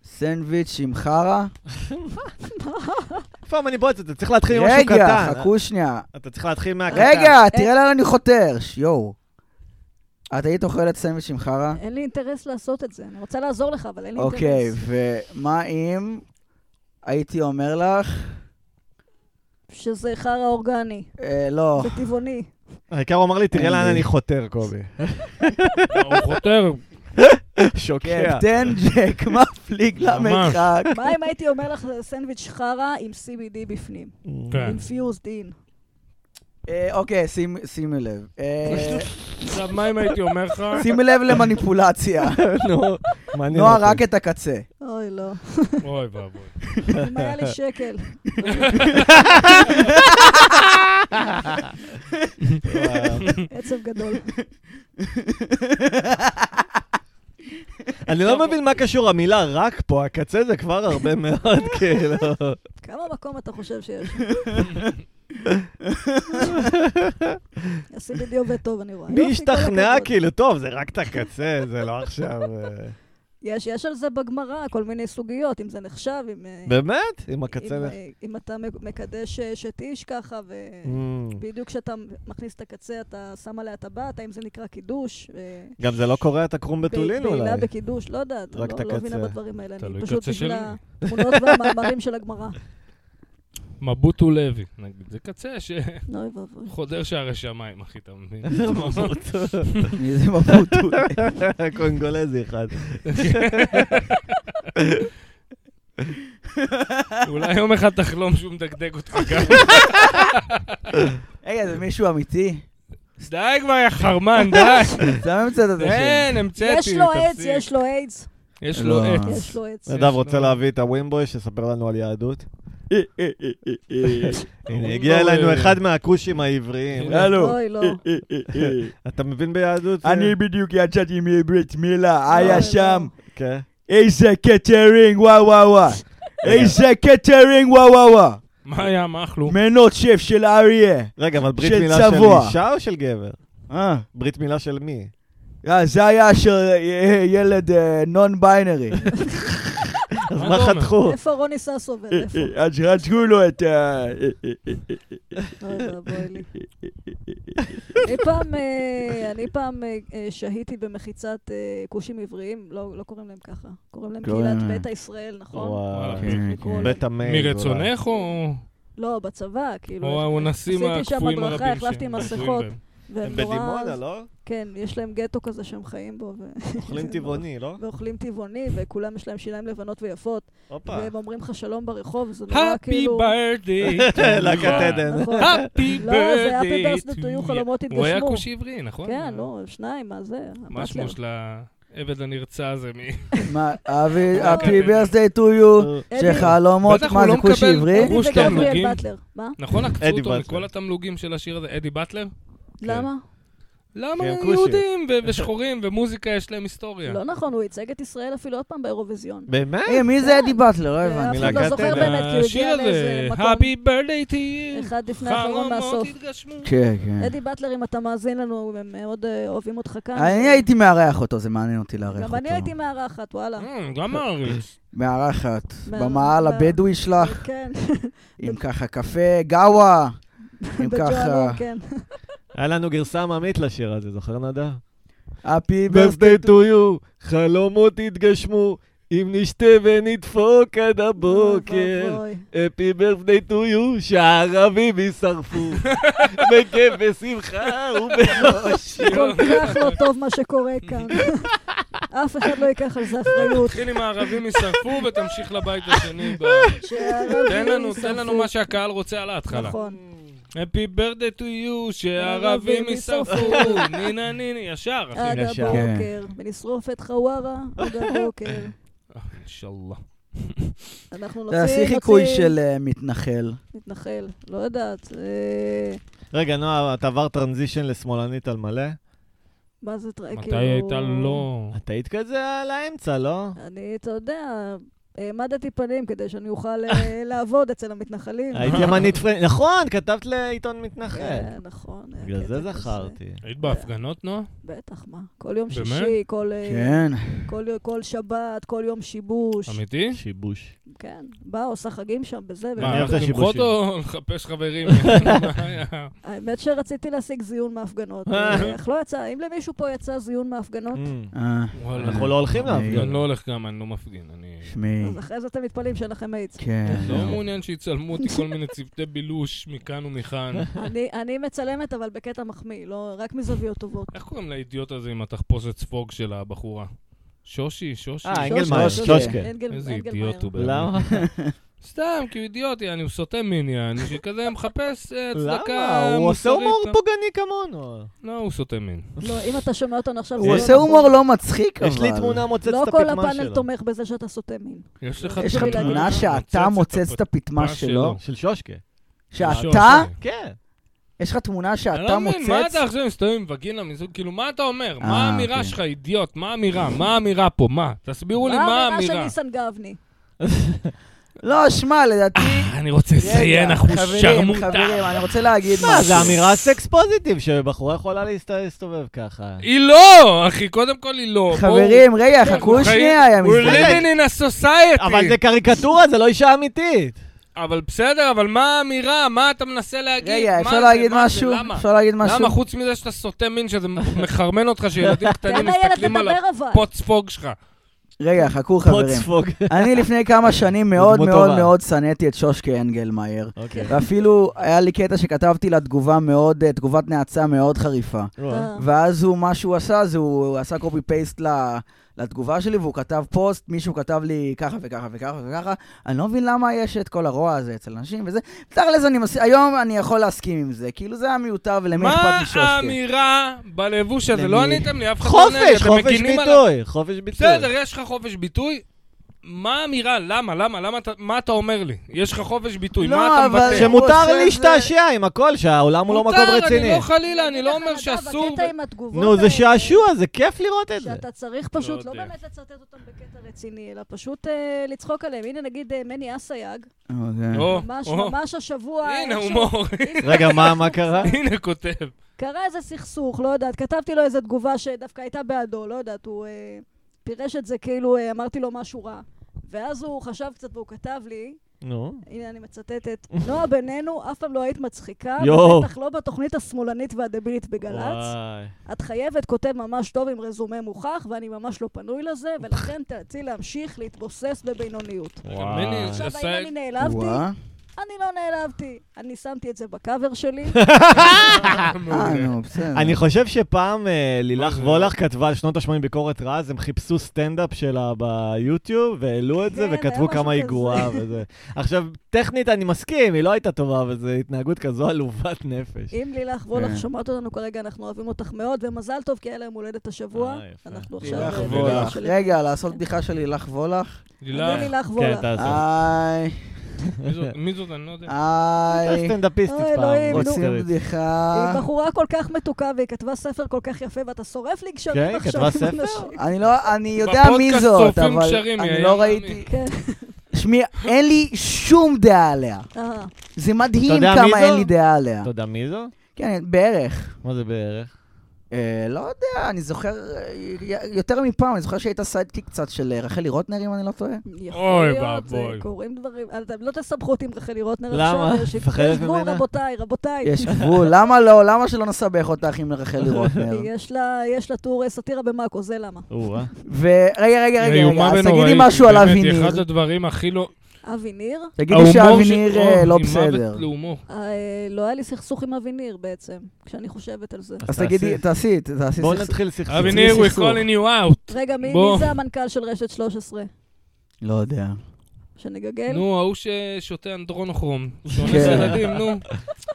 סנדוויץ' עם חרא?
פעם אני בועט, אתה צריך להתחיל עם משהו קטן. אה,
רגע, חכו שנייה.
אתה צריך להתחיל מהקטן.
רגע, תראה לאן אני חותר. ש- יואו. את היית אוכלת סנדוויץ' עם חרא?
אין לי אינטרס לעשות את זה. אני רוצה לעזור לך, אבל אין לי
אוקיי,
אינטרס.
ומה אם הייתי אומר לך,
שזה חרא אורגני,
אה, לא,
זה טבעוני.
העיקר הוא אמר לי, תראה
אין
לאן
לי.
אני חותר, קובי.
הוא חותר,
שוקע.
קפטן ג'ק מפליג
ממש.
למרחק.
מה אם הייתי אומר לך זה סנדוויץ' חרא עם CBD בפנים?
כן.
אינפיוזד אין.
אה, אוקיי, שימ- שימי לב. אה,
עכשיו, מה אם הייתי אומר לך?
שימי לב למניפולציה.
נו, מעניין
נועה,
אותי.
רק את הקצה.
אוי, לא.
אוי ואבוי.
אם היה לי שקל. עצב גדול.
אני לא מבין מה קשור המילה רק פה, הקצה זה כבר הרבה מאוד, כאילו.
כמה מקום אתה חושב שיש? ה-CBD עובד טוב, אני רואה.
מי
יופי, כל
השתכנע,
הכבוד.
כאילו, טוב, זה רק את הקצה, זה לא עכשיו... אה.
יש, יש על זה בגמרא כל מיני סוגיות, אם זה נחשב, אם... אה,
באמת? עם
אם,
הקצה...
אה, אם אתה מק- מקדש אה, אשת איש ככה, ובדיוק
Mm.
כשאתה מכניס את הקצה, אתה שם עליה טבעת, האם זה נקרא קידוש? אה,
גם זה לא קורע את הקרום
ב-
בתולין אולי.
בעילה בקידוש, לא יודעת,
רק את
לא, לא מבינה
הקצה.
בדברים האלה. אני
תלוי
פשוט
קצה של
בשביל התמונות והמאמרים של הגמרא.
מבוטו לוי, נגיד. זה קצה שחודר
אוי ואבוי.
שערי שמיים, אחי, אתה מבין?
מי זה מבוטו?
קונגולזי אחד.
אולי יום אחד תחלום שהוא מדגדג אותך גם.
רגע, זה מישהו אמיתי?
די כבר, יא חרמן, די.
סתם המצאת את השם.
אין, המצאתי,
יש לו איידס,
תפסיק.
יש לו איידס.
יש לו
לא.
עץ.
יש לו עץ.
יש
נדב רוצה
לו-
להביא את הווינבוי שיספר לנו על יהדות. הנה,
הוא
הגיע
לא-
אלינו אחד מהכושים העבריים.
הנה.
אוי, לא.
אתה מבין ביהדות?
אני בדיוק יצאתי מברית
לא,
מילה, היה
אוי,
שם.
כן.
איזה קטרינג, וואו וואו וואו. איזה קטרינג, וואו וואו וואו.
מה היה, מה אכלו?
מנות שף של אריה.
רגע, אבל ברית
של
מילה של
צבוע.
אישה או של גבר?
אה,
ברית מילה של מי?
אה, זה היה של אה, ילד נון ביינרי.
אז
מה
מה
אתה אומר?
חתכו?
אה, איפה רוני סאס עובד?
אה,
איפה?
אז רצחו לו את אה, ה...
אוי ואבוי לא לי. אני פעם, אה, אני פעם אה, אה, שהיתי במחיצת אה, כושים עבריים, לא לא קוראים להם ככה. קוראים להם
קוראים
קהילת
להם.
ביתא ישראל, נכון?
וואו.
כן,
צריך
אוקיי.
לקרוא להם.
בית המייל.
מרצונך או
לא, בצבא, כאילו.
או
איך-
האונסים
עשיתי שם
הקפואים
הדרכה,
הרבים
החלפתי
שהם
מסכות.
מצויים בהם?
והם
הם
נורא-
בדימונה, לא?
כן, יש להם גטו כזה שהם חיים בו. ו-
אה.
אוכלים טבעוני, לא?
ואוכלים טבעוני, וכולם יש להם שיניים לבנות ויפות,
הופה.
והם אומרים לך שלום ברחוב, זה נורא
Happy
כאילו...
birthday to you.
להקת עדן.
נכון.
אה, Happy
לא, זה
birthday
happy birthday
to
to you,
you.
חלומות
הוא היה
התגשמו.
כוש עברי, נכון?
כן, לא, שניים, מה זה?
מה שמו של העבד הנרצע הזה מ...
מה, אבי, happy birthday to you, שחלומות,
אוקיי. בטח, הוא
מה
לא
זה כוש
מקבל-
עברי?
גרוש
גרוש
תמלוגים.
תמלוגים. באטלר. מה?
נכון, עקצו
אדי
אותו
באטלר.
מכל התמלוגים של השיר הזה, אדי באטלר? כן.
למה?
למה
כי הם כושים.
יהודים ו- ושחורים ומוזיקה יש להם היסטוריה?
לא נכון, הוא ייצג את ישראל אפילו עוד פעם באירוויזיון.
באמת?
היי, מי זה אדי באטלר? לא הבנתי.
ואף אחד לא
מלהקת
זוכר
עדן.
באמת, כי הוא
השיר
הגיע
הזה,
לאיזה מקום
Happy birthday to you,
אחד לפני האחרון
חלומות
מהסוף.
התגשמו.
כן, כן.
אדי באטלר, אם אתה מאזין לנו, הם מאוד אה, אוהבים אותך כאן.
אני הייתי מארח אותו, זה מעניין אותי לארח אותו.
גם אני הייתי מארחת, וואלה.
אה, גם הארץ.
מארחת.
מארח-
במעל
מארח.
הבדואי שלך,
כן,
עם ככה קפה, גאווה. אם ככה,
בג'ואלון, כן.
היה לנו גרסה עממית לשיר הזה, זוכר נדב?
happy birthday.
birthday to you, חלומות יתגשמו, אם נשתה ונדפוק עד
אוי,
הבוקר.
אוי.
happy birthday to you, שהערבים יישרפו. בכיף, בשמחה ובראש.
כל כך לא טוב מה שקורה כאן. אף אחד לא ייקח על זה אחריות.
תתחיל עם הערבים יישרפו ותמשיך לבית השני. ב-
שהערבים
תן לנו, תן
יישרפו.
לנו מה שהקהל רוצה על ההתחלה.
נכון.
Happy birthday to you, שהערבים יישרפו. נינה נינה, ישר, אחי.
עד
ישר.
הבוקר, ונשרוף את חווארה עד הבוקר.
אה, אינשאללה.
אנחנו
תעשי
נוציא,
אה, חיקוי
נוציא,
של אה, מתנחל.
נתנחל, לא יודעת. אה,
רגע, נועה, את עברת טרנזישן לשמאלנית על מלא?
מה זה טרק?
מתי הייתה לא...
את היית כזה על האמצע, לא?
אני, אתה יודע, העמדתי פנים כדי שאני אוכל אה, לעבוד אצל המתנחלים.
היית ימנית פרנד, נכון, כתבת לעיתון מתנחל.
כן, נכון. היה
בגלל זה
קטע כזה.
זכרתי.
היית בהפגנות, נועה?
בטח, מה? כל יום
באמת?
שישי, כל, אה,
כן.
כל, כל שבת, כל יום שיבוש.
אמיתי?
שיבוש.
כן, באה, עושה חגים שם בזה.
אני
מה,
אוהב את
למחות
השיבושים.
או לחפש חברים? מה היה?
האמת שרציתי להשיג זיון מהפגנות, אה, אך לא יצא. אם למישהו פה יצא זיון מהפגנות,
אה,
וואלה.
אנחנו לא הולכים
אני-
אני
להפגנות.
לא הולך גם, אני לא מפגין. אני
שמי,
אז אחרי זה אתם מתפלאים שאין לכם איידס.
כן.
לא מעוניין שיצלמו אותי כל מיני צוותי בילוש מכאן ומכאן.
אני- אני מצלמת, אבל בקטע מחמיא, לא רק מזוויות טובות.
איך קוראים לאידיוט הזה עם התחפושת ספוג של הבחורה? שושי, שושי.
אה,
שוש-
אנגלמן,
שוש-
שושקה.
אנגל-
כן. איזה
אנגלמאייר.
אידיוט הוא
לא
באמת.
למה?
סתם, כי הוא אידיוטי, אני סוטה מניין, שכזה מחפש אה, הצדקה
למה? הוא עושה
מוסרית.
הומור פוגעני כמונו.
לא, הוא סוטה מין.
לא, אם אתה שומע אותנו עכשיו,
הוא
זה לא
עושה
נכון.
הומור לא מצחיק, אבל.
יש לי תמונה מוצצת
לא
את
כל
הפטמה
הפאנל
שלו.
תומך בזה שאתה סוטה מין.
יש לך
יש לך
בלעדי.
תמונה שאתה מוצץ את הפטמה
הפטמה
שלו?
שלו. לא,
של שושקה.
אה?
שאתה?
כן.
יש לך תמונה
אני לא
שאתה
מבין, מה
מוצץ?
אתה עכשיו מסתובב עם וגינה מזוג? כאילו, מה אתה אומר?
אה,
מה האמירה
אוקיי.
שלך, אידיוט? מה האמירה? מה האמירה פה? מה? תסבירו לי מה
של
לא, האמירה.
ניסן גבני?
לא, שמע, לדעתי...
אה, אני רוצה לציין,
רגע,
אנחנו
חברים, חברים,
שרמוטה.
אני רוצה להגיד משהו.
מה, זה אמירה סקס פוזיטיב, שבחורה יכולה להסת- להסתובב ככה.
היא לא, אחי, קודם כל היא לא.
חברים, רגע,
בואו,
חכו
אנחנו
שנייה, יא
חיים- We're
מזדמן.
living in a society.
אבל זה קריקטורה, זה לא אישה אמיתית.
אבל בסדר, אבל מה האמירה? מה אתה מנסה להגיד?
רגע,
מה
אפשר
זה?
להגיד
מה זה?
משהו?
למה?
אפשר להגיד משהו?
למה חוץ מזה שאתה סוטה מין, שזה מחרמן אותך, שילדים קטנים
תן לילד
מסתכלים על
לדבר אבל.
הפוץ פוג שלך?
רגע, חכו חברים.
פוטספוג.
אני לפני כמה שנים מאוד
דמות
מאוד
טובה.
מאוד שנאתי את שושקה אנגלמאייר.
אוקיי.
ואפילו היה לי קטע שכתבתי לה תגובה מאוד, אה, תגובת נאצה מאוד חריפה.
רואה.
אה.
ואז הוא, מה שהוא עשה, זה הוא הוא עשה קופי פייסט לתגובה שלי, והוא כתב פוסט, מישהו כתב לי ככה וככה וככה וככה, אני לא מבין למה יש את כל הרוע הזה אצל אנשים וזה. תכל'ס, אני מס... היום אני יכול להסכים עם זה, כאילו זה היה מיותר ולמי
מה
אכפת משושקי.
האמירה בלבוש הזה? לא
למי?
עניתם לי, אף אחד לא עונה לי,
חופש,
אתם
חופש
מגינים על-
ביטוי, חופש ביטוי.
בסדר, יש לך חופש ביטוי? מה האמירה? למה? למה? למה אתה... מה אתה אומר לי? יש לך חופש ביטוי,
לא,
מה אתה
אבל-
מבטא?
הוא עושה את
שמותר
זה-
להשתעשע עם הכל, שהעולם הוא לא מקום
מותר, אני
רציני.
לא חלילה, אני לא
אגיד לך,
אומר
נדב,
שאסור...
הקטע עם התגובות
נו, זה
האלה,
שעשוע, זה כיף לראות את זה.
שאתה צריך פשוט
לא
לא
יודע.
באמת לצטט אותם בקטע רציני, אלא פשוט אה, לצחוק עליהם. הנה נגיד אה, מני אסייג,
אוקיי.
או,
ממש
לא,
לא
או,
ממש השבוע...
הנה
איכשהו-
הומור,
רגע, מה מה קרה?
הנה כותב.
קרה איזה סכסוך, לא יודעת, כתבתי לו איזה תגובה שדווקא הייתה בעדו, לא יודעת, הוא אה, פירש את זה כאילו אה, אמרתי לו משהו רע. ואז הוא חשב קצת והוא כתב לי,
נו.
הנה אני מצטטת, נועה בינינו, אף פעם לא היית מצחיקה,
יואו.
בטח לא בתוכנית השמאלנית והדבילית בגל"צ.
וואי.
את חייבת כותב ממש טוב עם רזומה מוכח, ואני ממש לא פנוי לזה, ולכן תאלצי להמשיך להתבוסס בבינוניות.
וואי.
מני,
עכשיו, האם
עשה-
אני נעלבתי?
וואה.
אני לא נעלבתי. אני שמתי את זה בקאבר שלי.
אה,
אוקיי.
נו, בסדר.
אני חושב שפעם אה,
מה
לילך
זה?
וולך כתבה על שנות ה-80 ביקורת רעה, אז הם חיפשו סטנדאפ שלה ביוטיוב, והעלו את זה,
כן, היה
וכתבו
משהו
כמה היא
כזה.
גרועה וזה. עכשיו, טכנית אני מסכים, היא לא הייתה טובה, אבל זו התנהגות כזו עלובת נפש.
אם לילך וולך
כן.
אה.
שומעת אותנו כרגע, אנחנו אוהבים אותך מאוד, ומזל טוב, כי היה להם הולדת השבוע.
אה, יפה.
אנחנו עכשיו...
לילך
לילך
וולך.
שלי.
רגע, לעשות בדיחה של לילך וולך?
אני
לילך,
לילך
כן,
וולך.
תעשה.
היי,
מי זאת- מי זאת? אני לא יודע.
אה,
הייתה
היי,
אה, סטנדאפיסטית
אוי, אה, אלוהים,
פעם.
נו.
רוצים
היסטרית.
בדיחה?
היא בחורה כל כך מתוקה, והיא כתבה ספר כל כך יפה, ואתה שורף לי גשרים
כן, היא
עכשיו.
כתבה ספר?
אני לא, אני יודע מי
בפודקאסט
זאת,
שורפים
אבל
קשרים,
אני
יאיר,
לא
אני-
ראיתי...
כן.
שמי, אין לי שום דעה עליה.
אה,
זה מדהים
יודע מי
כמה
זו?
אין לי דעה עליה.
אתה יודע מי זו?
כן, בערך.
מה זה בערך?
אה, לא יודע, אני זוכר אה, י- יותר מפעם, אני זוכר שהייתה סיידקיק קצת של אה, רחלי רוטנר, אם אני לא טועה.
יכול
אוי
להיות, זה
ואבוי.
קורים דברים. אתם לא תסמכו אותי עם רחלי רוטנר
למה?
עכשיו. יש-
מפחדת
יש גבול,
ממנה?
רבותיי, רבותיי.
יש גבול, למה לא? למה שלא נסבך אותך עם רחלי רוטנר?
יש לה- יש לה טור אה, סאטירה במאקו, זה למה.
או-אה.
ורגע, רגע, רגע,
איומה
רגע, אז
ונוראית,
תגידי משהו על
באמת,
אבי
היא
ניר.
אחד הדברים הכי לא...
אבי ניר?
תגידי
ההומור
שאבי
של-
ניר
אוי,
אה, לא
היא
בסדר.
מוות להומור.
אה, לא היה לי סכסוך עם אבי ניר בעצם, כשאני חושבת על זה.
אז תגידי, תעשי, תעשי
בואו
סכסוך.
נתחיל סכסוך.
אבי
לי
ניר, we're
סכסוך.
calling you out.
רגע, מי
בוא.
מי זה המנכ"ל של רשת 13?
לא יודע.
שנגגל?
נו, האו ששותה אנדרונוכרום, שאונס
כן.
ילדים, נו.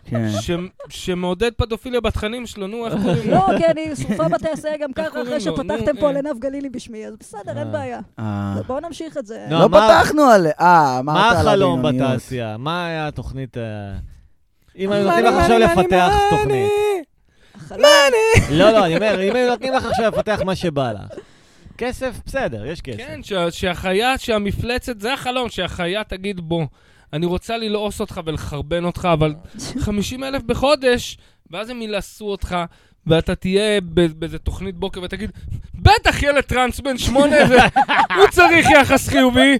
כן.
ש- שמעודד פדופיליה בתכנים שלו, נו, איך קוראים לו?
לא, כי אני שרופה בתעשייה גם
איך
ככה,
קוראים
אחרי
לו?
שפתחתם
נו,
פה
אה.
על עינב גלילי בשמי, אז בסדר, אין
אה.
בעיה.
אה.
בואו נמשיך את זה.
נו,
לא
מה-
פתחנו על... אה, אמרת
מה
על
החלום
הבינוניות.
בתעשייה? מה היה התוכנית... אה, אם היו נותנים לך עכשיו לפתח תוכנית.
החלום-
לא, לא, אני אומר, אם היו נותנים לך עכשיו לפתח מה שבא לך. כסף, בסדר, יש כסף.
כן, ש- שהחיה, שהמפלצת, זה החלום, שהחיה תגיד בוא, אני רוצה ללעוס אותך ולחרבן אותך, אבל 50 אלף בחודש, ואז הם ילעסו אותך, ואתה תהיה ב- באיזה תוכנית בוקר ותגיד, בטח ילד טראנס בן שמונה, ו- הוא צריך יחס חיובי.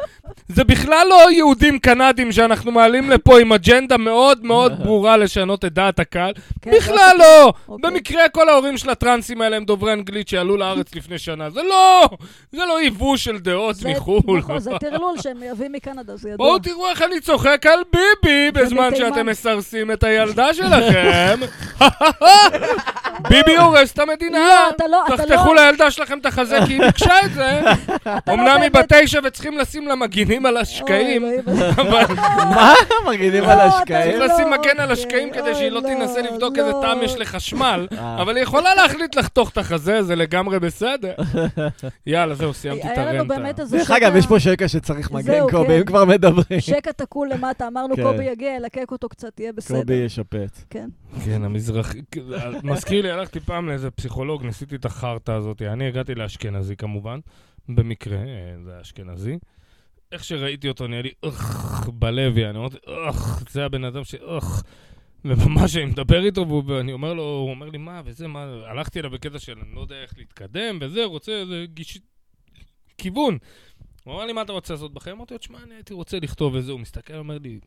זה בכלל לא יהודים קנדים שאנחנו מעלים לפה עם אג'נדה מאוד מאוד ברורה לשנות את דעת הקהל.
כן,
בכלל לא!
אוקיי.
במקרה כל ההורים של הטרנסים האלה הם דוברי אנגלית שעלו לארץ לפני שנה. זה לא! זה לא ייבוא של דעות
זה-
מחו"ל.
נכון, זה טרלול שהם מייבאים מקנדה, זה ידוע.
בואו תראו איך אני צוחק על ביבי בזמן
מתימן.
שאתם מסרסים את הילדה שלכם. ביבי הורס את המדינה.
לא, אתה לא- אתה
תחתכו
לא-
לילדה שלכם את החזה כי היא ביקשה את זה. אמנם היא בת תשע וצריכים לשים לה מגינים על השקעים.
אוי, אלוהים.
אבל
מה מגנים על
לא,
השקעים?
צריך
לא,
לשים מגן על
אוקיי,
השקעים כדי
אוי,
שהיא לא
לא,
תנסה לבדוק איזה
לא.
טעם יש לחשמל.
אה.
אבל היא יכולה להחליט לחתוך את החזה, זה לגמרי בסדר. יאללה, זהו, סיימתי את
היה לנו באמת
הרנטה.
איזה
דרך אגב, יש פה שקע שצריך מגן
זהו,
קובי,
כן.
אם כבר מדברים.
שקע תקול למטה, אמרנו
כן.
קובי יגיע, ילקק אותו קצת, יהיה בסדר.
קובי ישפץ.
כן.
כן, המזרחי... מזכיר לי, הלכתי פעם לאיזה פסיכולוג, ניסיתי את החרטא הזאת. אני הגעתי לאשכנזי כמובן, במקרה, אה, זה היה אשכנזי. איך שראיתי אותו, נהיה לי אוח בלב, יעני. אמרתי, אוח, זה הבן אדם ש... אוח. וממש אני מדבר איתו, והוא- ואני אומר לו, הוא אומר לי, מה, וזה, מה, הלכתי אליו בקטע של אני לא יודע איך להתקדם, וזה, רוצה איזה גיש... כיוון. הוא אמר לי, מה אתה רוצה לעשות בחיים? אמרתי לו, תשמע, אני הייתי רוצה לכתוב וזה, הוא מסתכל, אומר לי,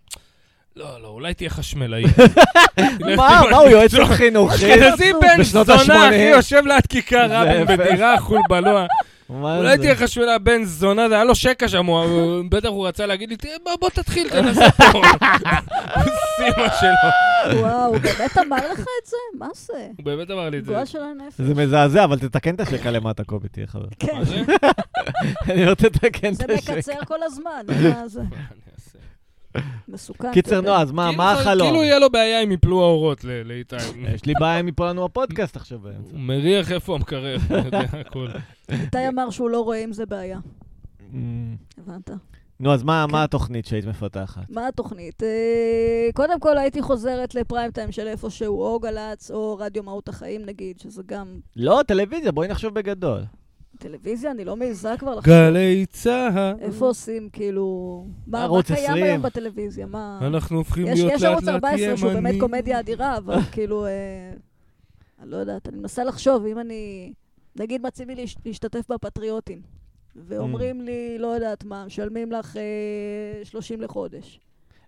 לא, לא, אולי תהיה חשמלאי.
מה, מה, הוא יועץ חינוכי?
אשכנזי בן
בשנות
זונה, אחי,
ה-שמונים.
יושב ליד כיכר
זה
רבין
יפה.
בדירה חולבלוע.
מה
אולי
זה?
תהיה לך שמילה בן זונה, זה היה לו שקע שם, הוא- הוא- בטח הוא רצה להגיד לי, "תראה, בוא- בוא תתחיל, תנסה פה. סימה שלו.
וואו, הוא באמת אמר לך את זה? מה זה?
הוא באמת אמר לי את זה.
גועה של הנפש.
זה מזעזע, אבל תתקן את השקע למטה, קובי, תהיה חבר.
כן,
מה זה?
אני אומר, תתקן
זה
את השקע.
מקצר כל הזמן, מה זה?
מה אני אעשה?
מסוכן. כן. אתה
קיצר,
יודע.
נו, אז מה,
כאילו
מה
זה-
החלום? אה,
כאילו יהיה לו בעיה אם יפלו האורות ל- לאיתי.
יש לי בעיה אם יפול לנו הפודקאסט עכשיו באמצע.
הוא מריח איפה המקרר, הוא יודע הכל.
איתי אמר שהוא לא רואה אם זה בעיה. הבנת?
Mm. נו, אז
כן.
מה מה התוכנית שהיית מפתחת?
מה התוכנית? אה, קודם כל הייתי חוזרת לפריים טיים של איפשהו, או גל"צ, או רדיו מהות החיים נגיד, שזה גם
לא, טלוויזיה, בואי נחשוב בגדול.
טלוויזיה, אני לא מעיזה כבר לחשוב.
גלי צהל,
איפה עושים, כאילו... מה מה
ערוץ
קיים
20.
היום בטלוויזיה? מה...
אנחנו הופכים
אה, יש
להיות לאט לאט
יש
ימנים.
ערוץ 14 שהוא באמת קומדיה אדירה, אבל כאילו... אה, אני לא יודעת, אני מנסה לחשוב, אם אני... נגיד מציעים לי להש- להשתתף בפטריוטים,
Mm.
ואומרים לי, לא יודעת מה, משלמים לך אה, 30 לחודש.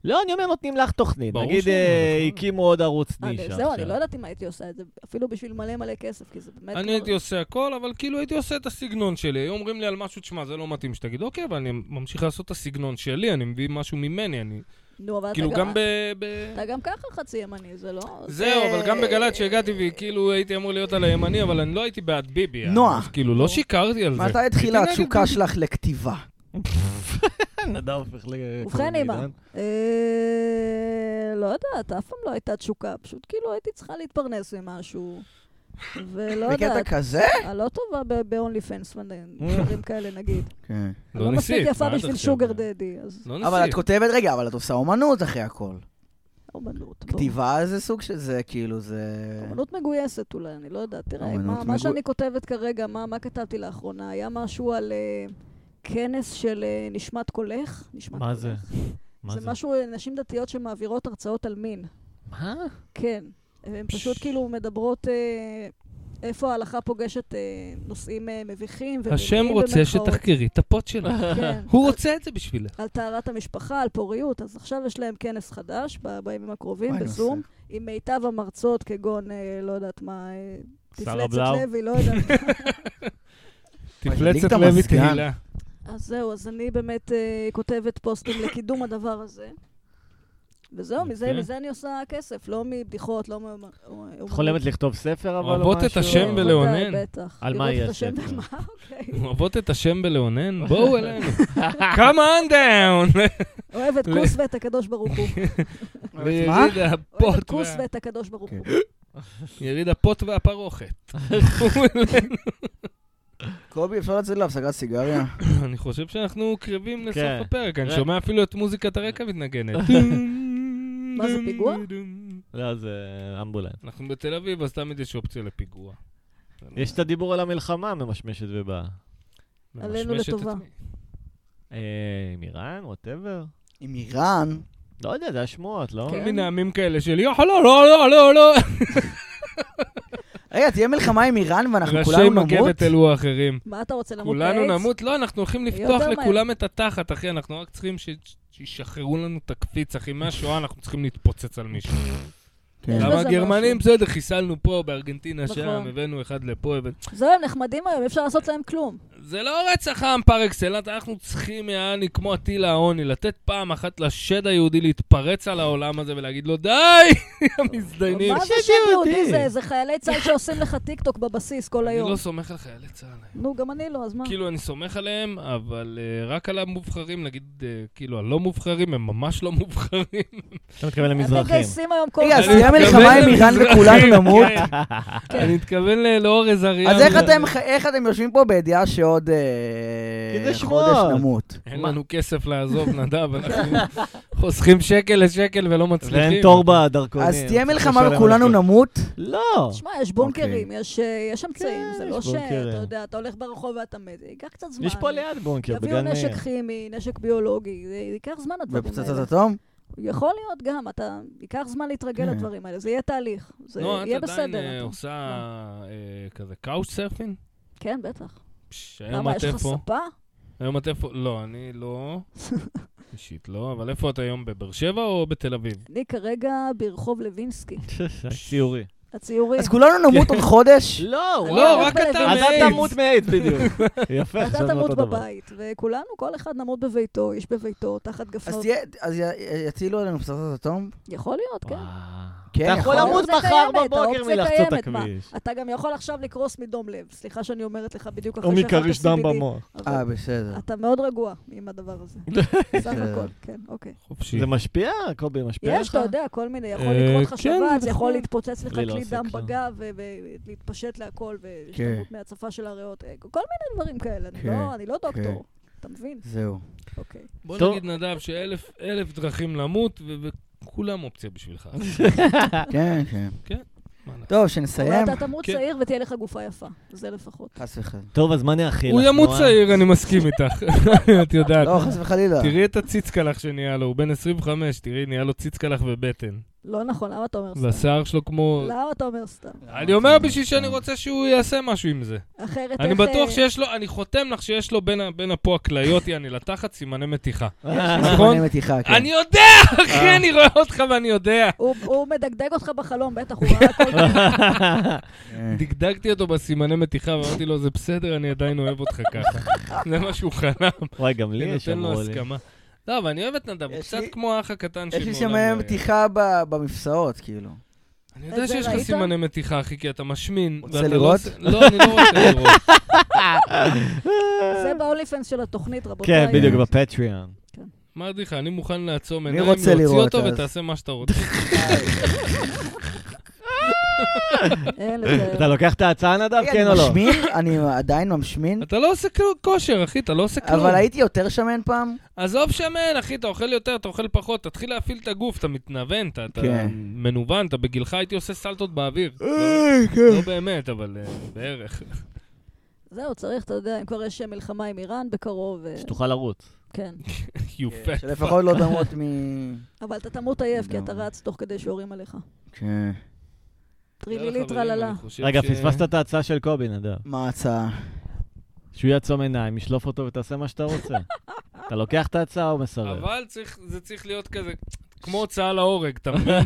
לא, אני אומר, נותנים לך תוכנית.
ברור
נגיד,
שלא,
אה,
נכון.
הקימו עוד ערוץ
אה,
נישה.
זהו, אני
עכשיו.
לא יודעת אם הייתי עושה את זה, אפילו בשביל מלא מלא כסף, כי זה באמת...
אני
כבר-
הייתי עושה הכל, אבל כאילו הייתי עושה את הסגנון שלי. היו אומרים לי על משהו, תשמע, זה לא מתאים שתגיד, אוקיי, אבל אני ממשיך לעשות את הסגנון שלי, אני מביא משהו ממני, אני...
נו, אבל אתה אה,
כאילו, גם ב... ב...
אתה גם ככה חצי ימני, זה לא...
זהו,
זה-
אבל גם בגל"צ שהגעתי, וכאילו הייתי אמור להיות על הימני, אבל אני לא הייתי בעד ביבי. אז
נועה.
כאילו, לא שיקרתי על זה.
מתי התחילה
הייתי נגד
התשוקה
ביבי.
שלך לכתיבה?
כן,
נדב הופך ל...
ובכן, אימא. אה, לא יודעת, אף פעם לא הייתה תשוקה, פשוט כאילו הייתי צריכה להתפרנס ממשהו. ולא
בקטע
לא יודעת,
כזה?
אני לא טובה ב-only fans, דברים כאלה נגיד.
כן.
לא ניסית.
מספיק יפה
מה את
בשביל
עכשיו?
שוגר דדי, אז
לא
אבל את
ניסית.
כותבת, רגע, אבל את עושה אומנות אחרי הכל.
אומנות. בוא.
כתיבה זה סוג של זה, כאילו, זה...
אומנות מגויסת אולי, אני לא יודעת. תראה,
אומנות
מה-
מגו-
מה שאני כותבת כרגע, מה מה כתבתי לאחרונה, היה משהו על אה, כנס של אה, נשמת קולך. נשמת
מה זה?
קולך. זה משהו, אה, נשים דתיות שמעבירות הרצאות על מין.
מה?
כן. הן פשוט כאילו מדברות אה, איפה ההלכה פוגשת אה, נושאים אה, מביכים. ומיניים
השם רוצה
במרכאות.
שתחקרי את הפוט שלך.
כן.
הוא רוצה את זה בשבילך.
על טהרת המשפחה, על פוריות. אז עכשיו יש להם כנס חדש ב- בימים הקרובים,
מה אני
בזום, עם מיטב המרצות, כגון, אה, לא יודעת מה, אה,
שרה
תפלצת
בלאו.
לוי, לא יודעת.
מדליק את
תפלצת לוי
המזגן.
תהילה.
אז זהו, אז אני באמת אה, כותבת פוסטים לקידום הדבר הזה. וזהו, מזה,
יפה.
מזה אני עושה כסף, לא מבדיחות, לא מאומנות.
את חולמת לכתוב ספר, אבל או משהו?
אוהבות את השם
או-
ול- ולאונן.
לא, בטח.
על מה
לראות
יהיה
את השם
הספר?
ומה, אוקיי.
אוהבות את השם בלאונן? בואו אלינו. Come on down!
אוהב את
ל-
כוס ואת הקדוש ברוך הוא.
ויריד
אוהב את
הפוט.
כוס
וה-
ואת הקדוש ברוך הוא.
יריד הפוט והפרוכת.
קובי, אפשר לצאת להפסקת סיגריה?
אני חושב שאנחנו קרבים לסוף
כן.
הפרק, אני
כן.
שומע אפילו את מוזיקת הרקע מתנגנת.
מה, זה פיגוע?
לא, זה אמבולנס.
אנחנו בתל אביב, אז תמיד יש אופציה לפיגוע.
יש את הדיבור על המלחמה הממשמשת ובאה.
עלינו
ממשמש את
לטובה.
עצמי.
אה, עם איראן, ווטאבר.
עם איראן,
לא יודע, זה השמועות, לא?
כן.
כל מיני עמים כאלה של יואו, לא, לא, לא, לא, לא.
רגע, תהיה מלחמה עם איראן ואנחנו
ראשי
כולנו נמות?
מגבת אלו האחרים.
מה אתה רוצה, למות מאיידס?
כולנו נמות? לא, אנחנו הולכים לפתוח
יותר מהר.
לכולם את התחת, אחי, אנחנו רק צריכים ש- שישחררו לנו את הקפיץ, אחי, מהשואה אנחנו צריכים להתפוצץ על מישהו.
כן.
יש
למה
בזה
הגרמנים,
משהו.
בסדר, חיסלנו פה, בארגנטינה, שם,
נכון.
הבאנו אחד לפה, הבאנו...
זהו, הם נחמדים היום, אי אפשר לעשות להם כלום.
זה לא רצח עם פר אקסלנט, אנחנו צריכים, יעני, כמו אטילה העוני, לתת פעם אחת לשד היהודי להתפרץ על העולם הזה ולהגיד לו, די, המזדיינים.
מה זה שם יהודי זה? זה חיילי צה"ל שעושים לך טיקטוק בבסיס כל
אני
היום.
לא סומך על חיילי צה"ל.
נו, גם אני לא, אז מה?
כאילו, אני סומך עליהם, אבל אה, רק על המובחרים, נגיד, אה, כאילו, הלא מובחרים, הם ממש לא מובחרים.
אתה מתכוון
הם
למזרחים.
מגייסים היום כל...
רגע, אז
אני
תהיה
מתכוון
מלחמה עם איראן
למזרחים,
וכולנו נמות?
כן. אני מתכוון ל- לאורז אריאל.
אז איך אתם- איך אתם יושבים פה בידיעה שעוד אה,
כי זה שמועות.
חודש נמות?
אין לנו כסף לעזוב, נדב, אנחנו חוסכים שקל לשקל ולא מצליחים.
ואין תור בדרכונים.
אז תהיה
צריך
מלחמה
לשלם על
וכולנו
הכל.
נמות?
לא.
תשמע, יש בונקרים, יש, אה, יש אמצעים, זה
יש
לא
בונקרים.
שאתה יודע, אתה הולך ברחוב ואתה מת, זה ייקח קצת זמן.
יש פה ליד בונקר,
יביאו
בגן אה. מאיר.
נשק כימי, נשק ביולוגי, זה ייקח זמן הדברים
בפצצת
האלה.
אטום?
יכול להיות גם, אתה, ייקח זמן להתרגל
כן.
לדברים האלה, זה יהיה תהליך, זה
נו, את
יהיה
עדיין
בסדר.
אה,
אתה-
עושה אה, כזה קאוץ' סרפינג?
כן, בטח.
פש, היום
למה,
את
יש לך
איפה?
ספה?
היום את איפה? לא, אני לא... אישית לא, אבל איפה את היום? בבאר שבע או בתל אביב?
אני כרגע ברחוב לוינסקי.
ציורי.
הציורים.
אז כולנו נמות
כן.
עוד חודש?
לא,
לא,
אני לא,
רק
אבל-
אתה
אז
מאיידס.
את תמות מאיידס בדיוק. יפה,
אתה
חשבנו
תמות
אותו דבר.
בבית, וכולנו, כל אחד נמות בביתו, איש בביתו, תחת
אז
גפנות.
תהיה, אז י- יצילו עלינו פצצת אטום?
יכול להיות, כן.
וואו.
כן,
אתה יכול
יכול.
למות
זה
מחר
קיימת,
בבוקר
האופציה
מלחצות
קיימת, מה?
הכביש.
אתה גם יכול עכשיו לקרוס מדום לב. סליחה שאני אומרת לך בדיוק
או
אחרי שאכלת
מכריש דם
CBD,
במוח.
אבל
אה, בסדר.
אתה מאוד רגוע עם הדבר הזה. סך הכל, כן, אוקיי.
חופשי.
זה משפיע, קובי, משפיע לך?
יש, אתה יודע, כל מיני, יכול
אה,
לקרות
כן,
לך
זה
שבץ,
נכון.
יכול להתפוצץ לך
לי לא
כלי
עושה
דם
כלום.
בגב ו- ולהתפשט להכל,
כן.
והשתמרות מהצפה של הריאות, אה, כל מיני דברים כאלה. אני
כן,
לא- אני לא
כן.
דוקטור, אתה מבין?
זהו.
אוקיי.
בוא
טוב.
נגיד, נדב, שאלף אלף דרכים למות, ו- וכולם אופציה בשבילך.
כן, כן.
מה לעשות?
טוב, שנסיים.
אבל אתה תמות
כן.
צעיר ותהיה לך גופה יפה, זה לפחות.
חס וחלילה.
טוב, אז מה נאכיל?
הוא
אנחנו אה?
ימות
ה-
צעיר, אני מסכים איתך. את יודעת.
לא, חס וחלילה.
אה, תראי את הציצקלח שנהיה לו, הוא בן 25, תראי, נהיה לו ציצקלח ובטן.
לא נכון, למה אתה אומר סתם?
והשיער שלו כמו...
למה אתה אומר סתם?
אני אומר בשביל שאני רוצה שהוא יעשה משהו עם זה.
אחרת
אני
איך...
בטוח
אה,
שיש לו, אני חותם לך שיש לו בין ה- בין פה הכליות, יעני, לתחת סימני מתיחה.
אה,
נכון?
אני מתיחה, כן.
אני יודע, אחי, אני רואה אותך ואני יודע.
הוא- הוא מדגדג אותך בחלום, בטח, הוא ראה הכל.
כן.
דגדגתי אותו בסימני מתיחה ואמרתי לו, זה בסדר, אני עדיין אוהב אותך ככה. זה מה שהוא חלם,
וואי, גם לי
אני
יש
כן, נותן לו
אמרו לי.
הסכמה. לא, אבל אני אוהב את נדב, הוא
יש
קצת
לי-
כמו האח הקטן
יש
שמעולם
לי
לא היה.
שם אה, מתיחה ב- במפסעות, כאילו.
אני יודע
את זה
שיש לך
ראית?
סימני מתיחה, אחי, כי אתה משמין.
רוצה
ואתה לא
לראות?
עושה- לא, אני לא רוצה לראות.
זה באונלי פנס של התוכנית, רבותיי.
כן, בדיוק, בפטריאן.
אמרתי לך, אני מוכן לעצום
מי
עיניים,
רוצה
להוציא
לראות,
אותו
אז?
ותעשה מה שאתה רוצה.
אין לזה-
אתה לוקח את ההצעה נדב,
אני
כן או לא?
משמין, אני עדיין ממשמין,
אתה לא עושה כלום- כושר, אחי, אתה לא עושה כלום.
אבל הייתי יותר שמן פעם.
עזוב שמן, אחי, אתה אוכל יותר, אתה אוכל פחות, תתחיל להפעיל את הגוף, אתה מתנוון, אתה אתה
כן.
מנוון, אתה בגילך הייתי עושה סלטות באוויר. לא לא באמת, אבל אה, בערך.
זהו, צריך, אתה יודע, אם כבר יש אה, מלחמה עם איראן בקרוב, אה,
שתוכל לרוץ.
כן.
יופה.
שלפחות לא דמות מ...
אבל אתה תמות עייף, כי אתה
לגמרי.
רץ תוך כדי שיורים עליך.
כן.
טרילילי טרללה.
רגע,
אה?
פספסת את ההצעה של קובי, נדב.
מה ההצעה?
שהוא יעצום עיניים, ישלוף אותו ותעשה מה שאתה רוצה. אתה לוקח את ההצעה או מסרב?
אבל צריך- זה צריך להיות כזה, כמו הוצאה להורג, אתה מבין?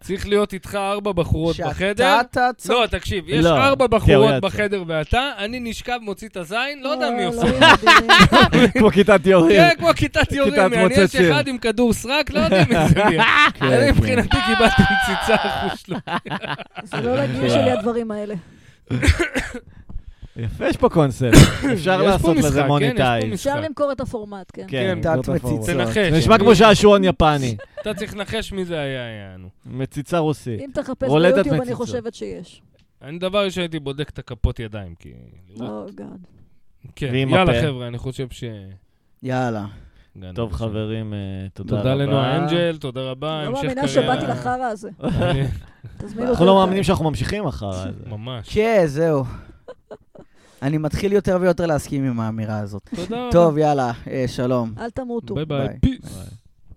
צריך להיות איתך ארבע בחורות בחדר.
שאתה תעצור.
לא, תקשיב, יש
לא,
ארבע
תיאוריה
בחורות
עצמה.
בחדר ואתה, אני נשכב, מוציא את הזין, לא יודע מי עושה.
אלוהים אדירים.
כמו כיתת יורים.
כן, כמו כיתת יורים,
כיתת
יעני, יש
מוצצים.
אחד עם כדור סרק, לא יודעים מי זה מי. אני
כן.
מבחינתי קיבלתי מציצה אחושלו.
זה לא
כן.
לגיל שלי הדברים האלה.
יפה, יש פה קונספט. אפשר
אוקיי. יש פה
לעשות
משחק,
לזה
כן, יש פה משחק.
מוניטייז.
אפשר למכור את הפורמט, כן.
כן,
זאת
תת
הפורמה.
מציצות.
תנחש.
זה נשמע
מי-
כמו שעשועון יפני.
אתה צריך לנחש מי זה היה, יענו.
מציצה רוסית.
כן,
אם תחפש
רולטת
ביוטיוב, אני
מציצות.
חושבת שיש.
אני דבר ראשון הייתי בודק את הכפות ידיים, כי... לראות-
או גאד.
כן,
ועם
יאללה
אה, הפה.
חבר'ה, אני חושב ש...
יאללה.
הגענו
טוב,
לשם.
חברים, אה, תודה רבה.
תודה לנועה אנג'ל, תודה רבה,
לא
אה, המשך קריירה.
מאמינה שבאתי לחרא הזה.
אני-
תזמינו אותי.
אנחנו לא
לחרא. כן.
מאמינים שאנחנו ממשיכים אחר.
ממש.
כן, זהו. כן, אני מתחיל יותר ויותר להסכים עם האמירה הזאת.
תודה רבה.
טוב, יאללה, אה, שלום.
אל תמותו.
ביי ביי.
ביי.
פיס.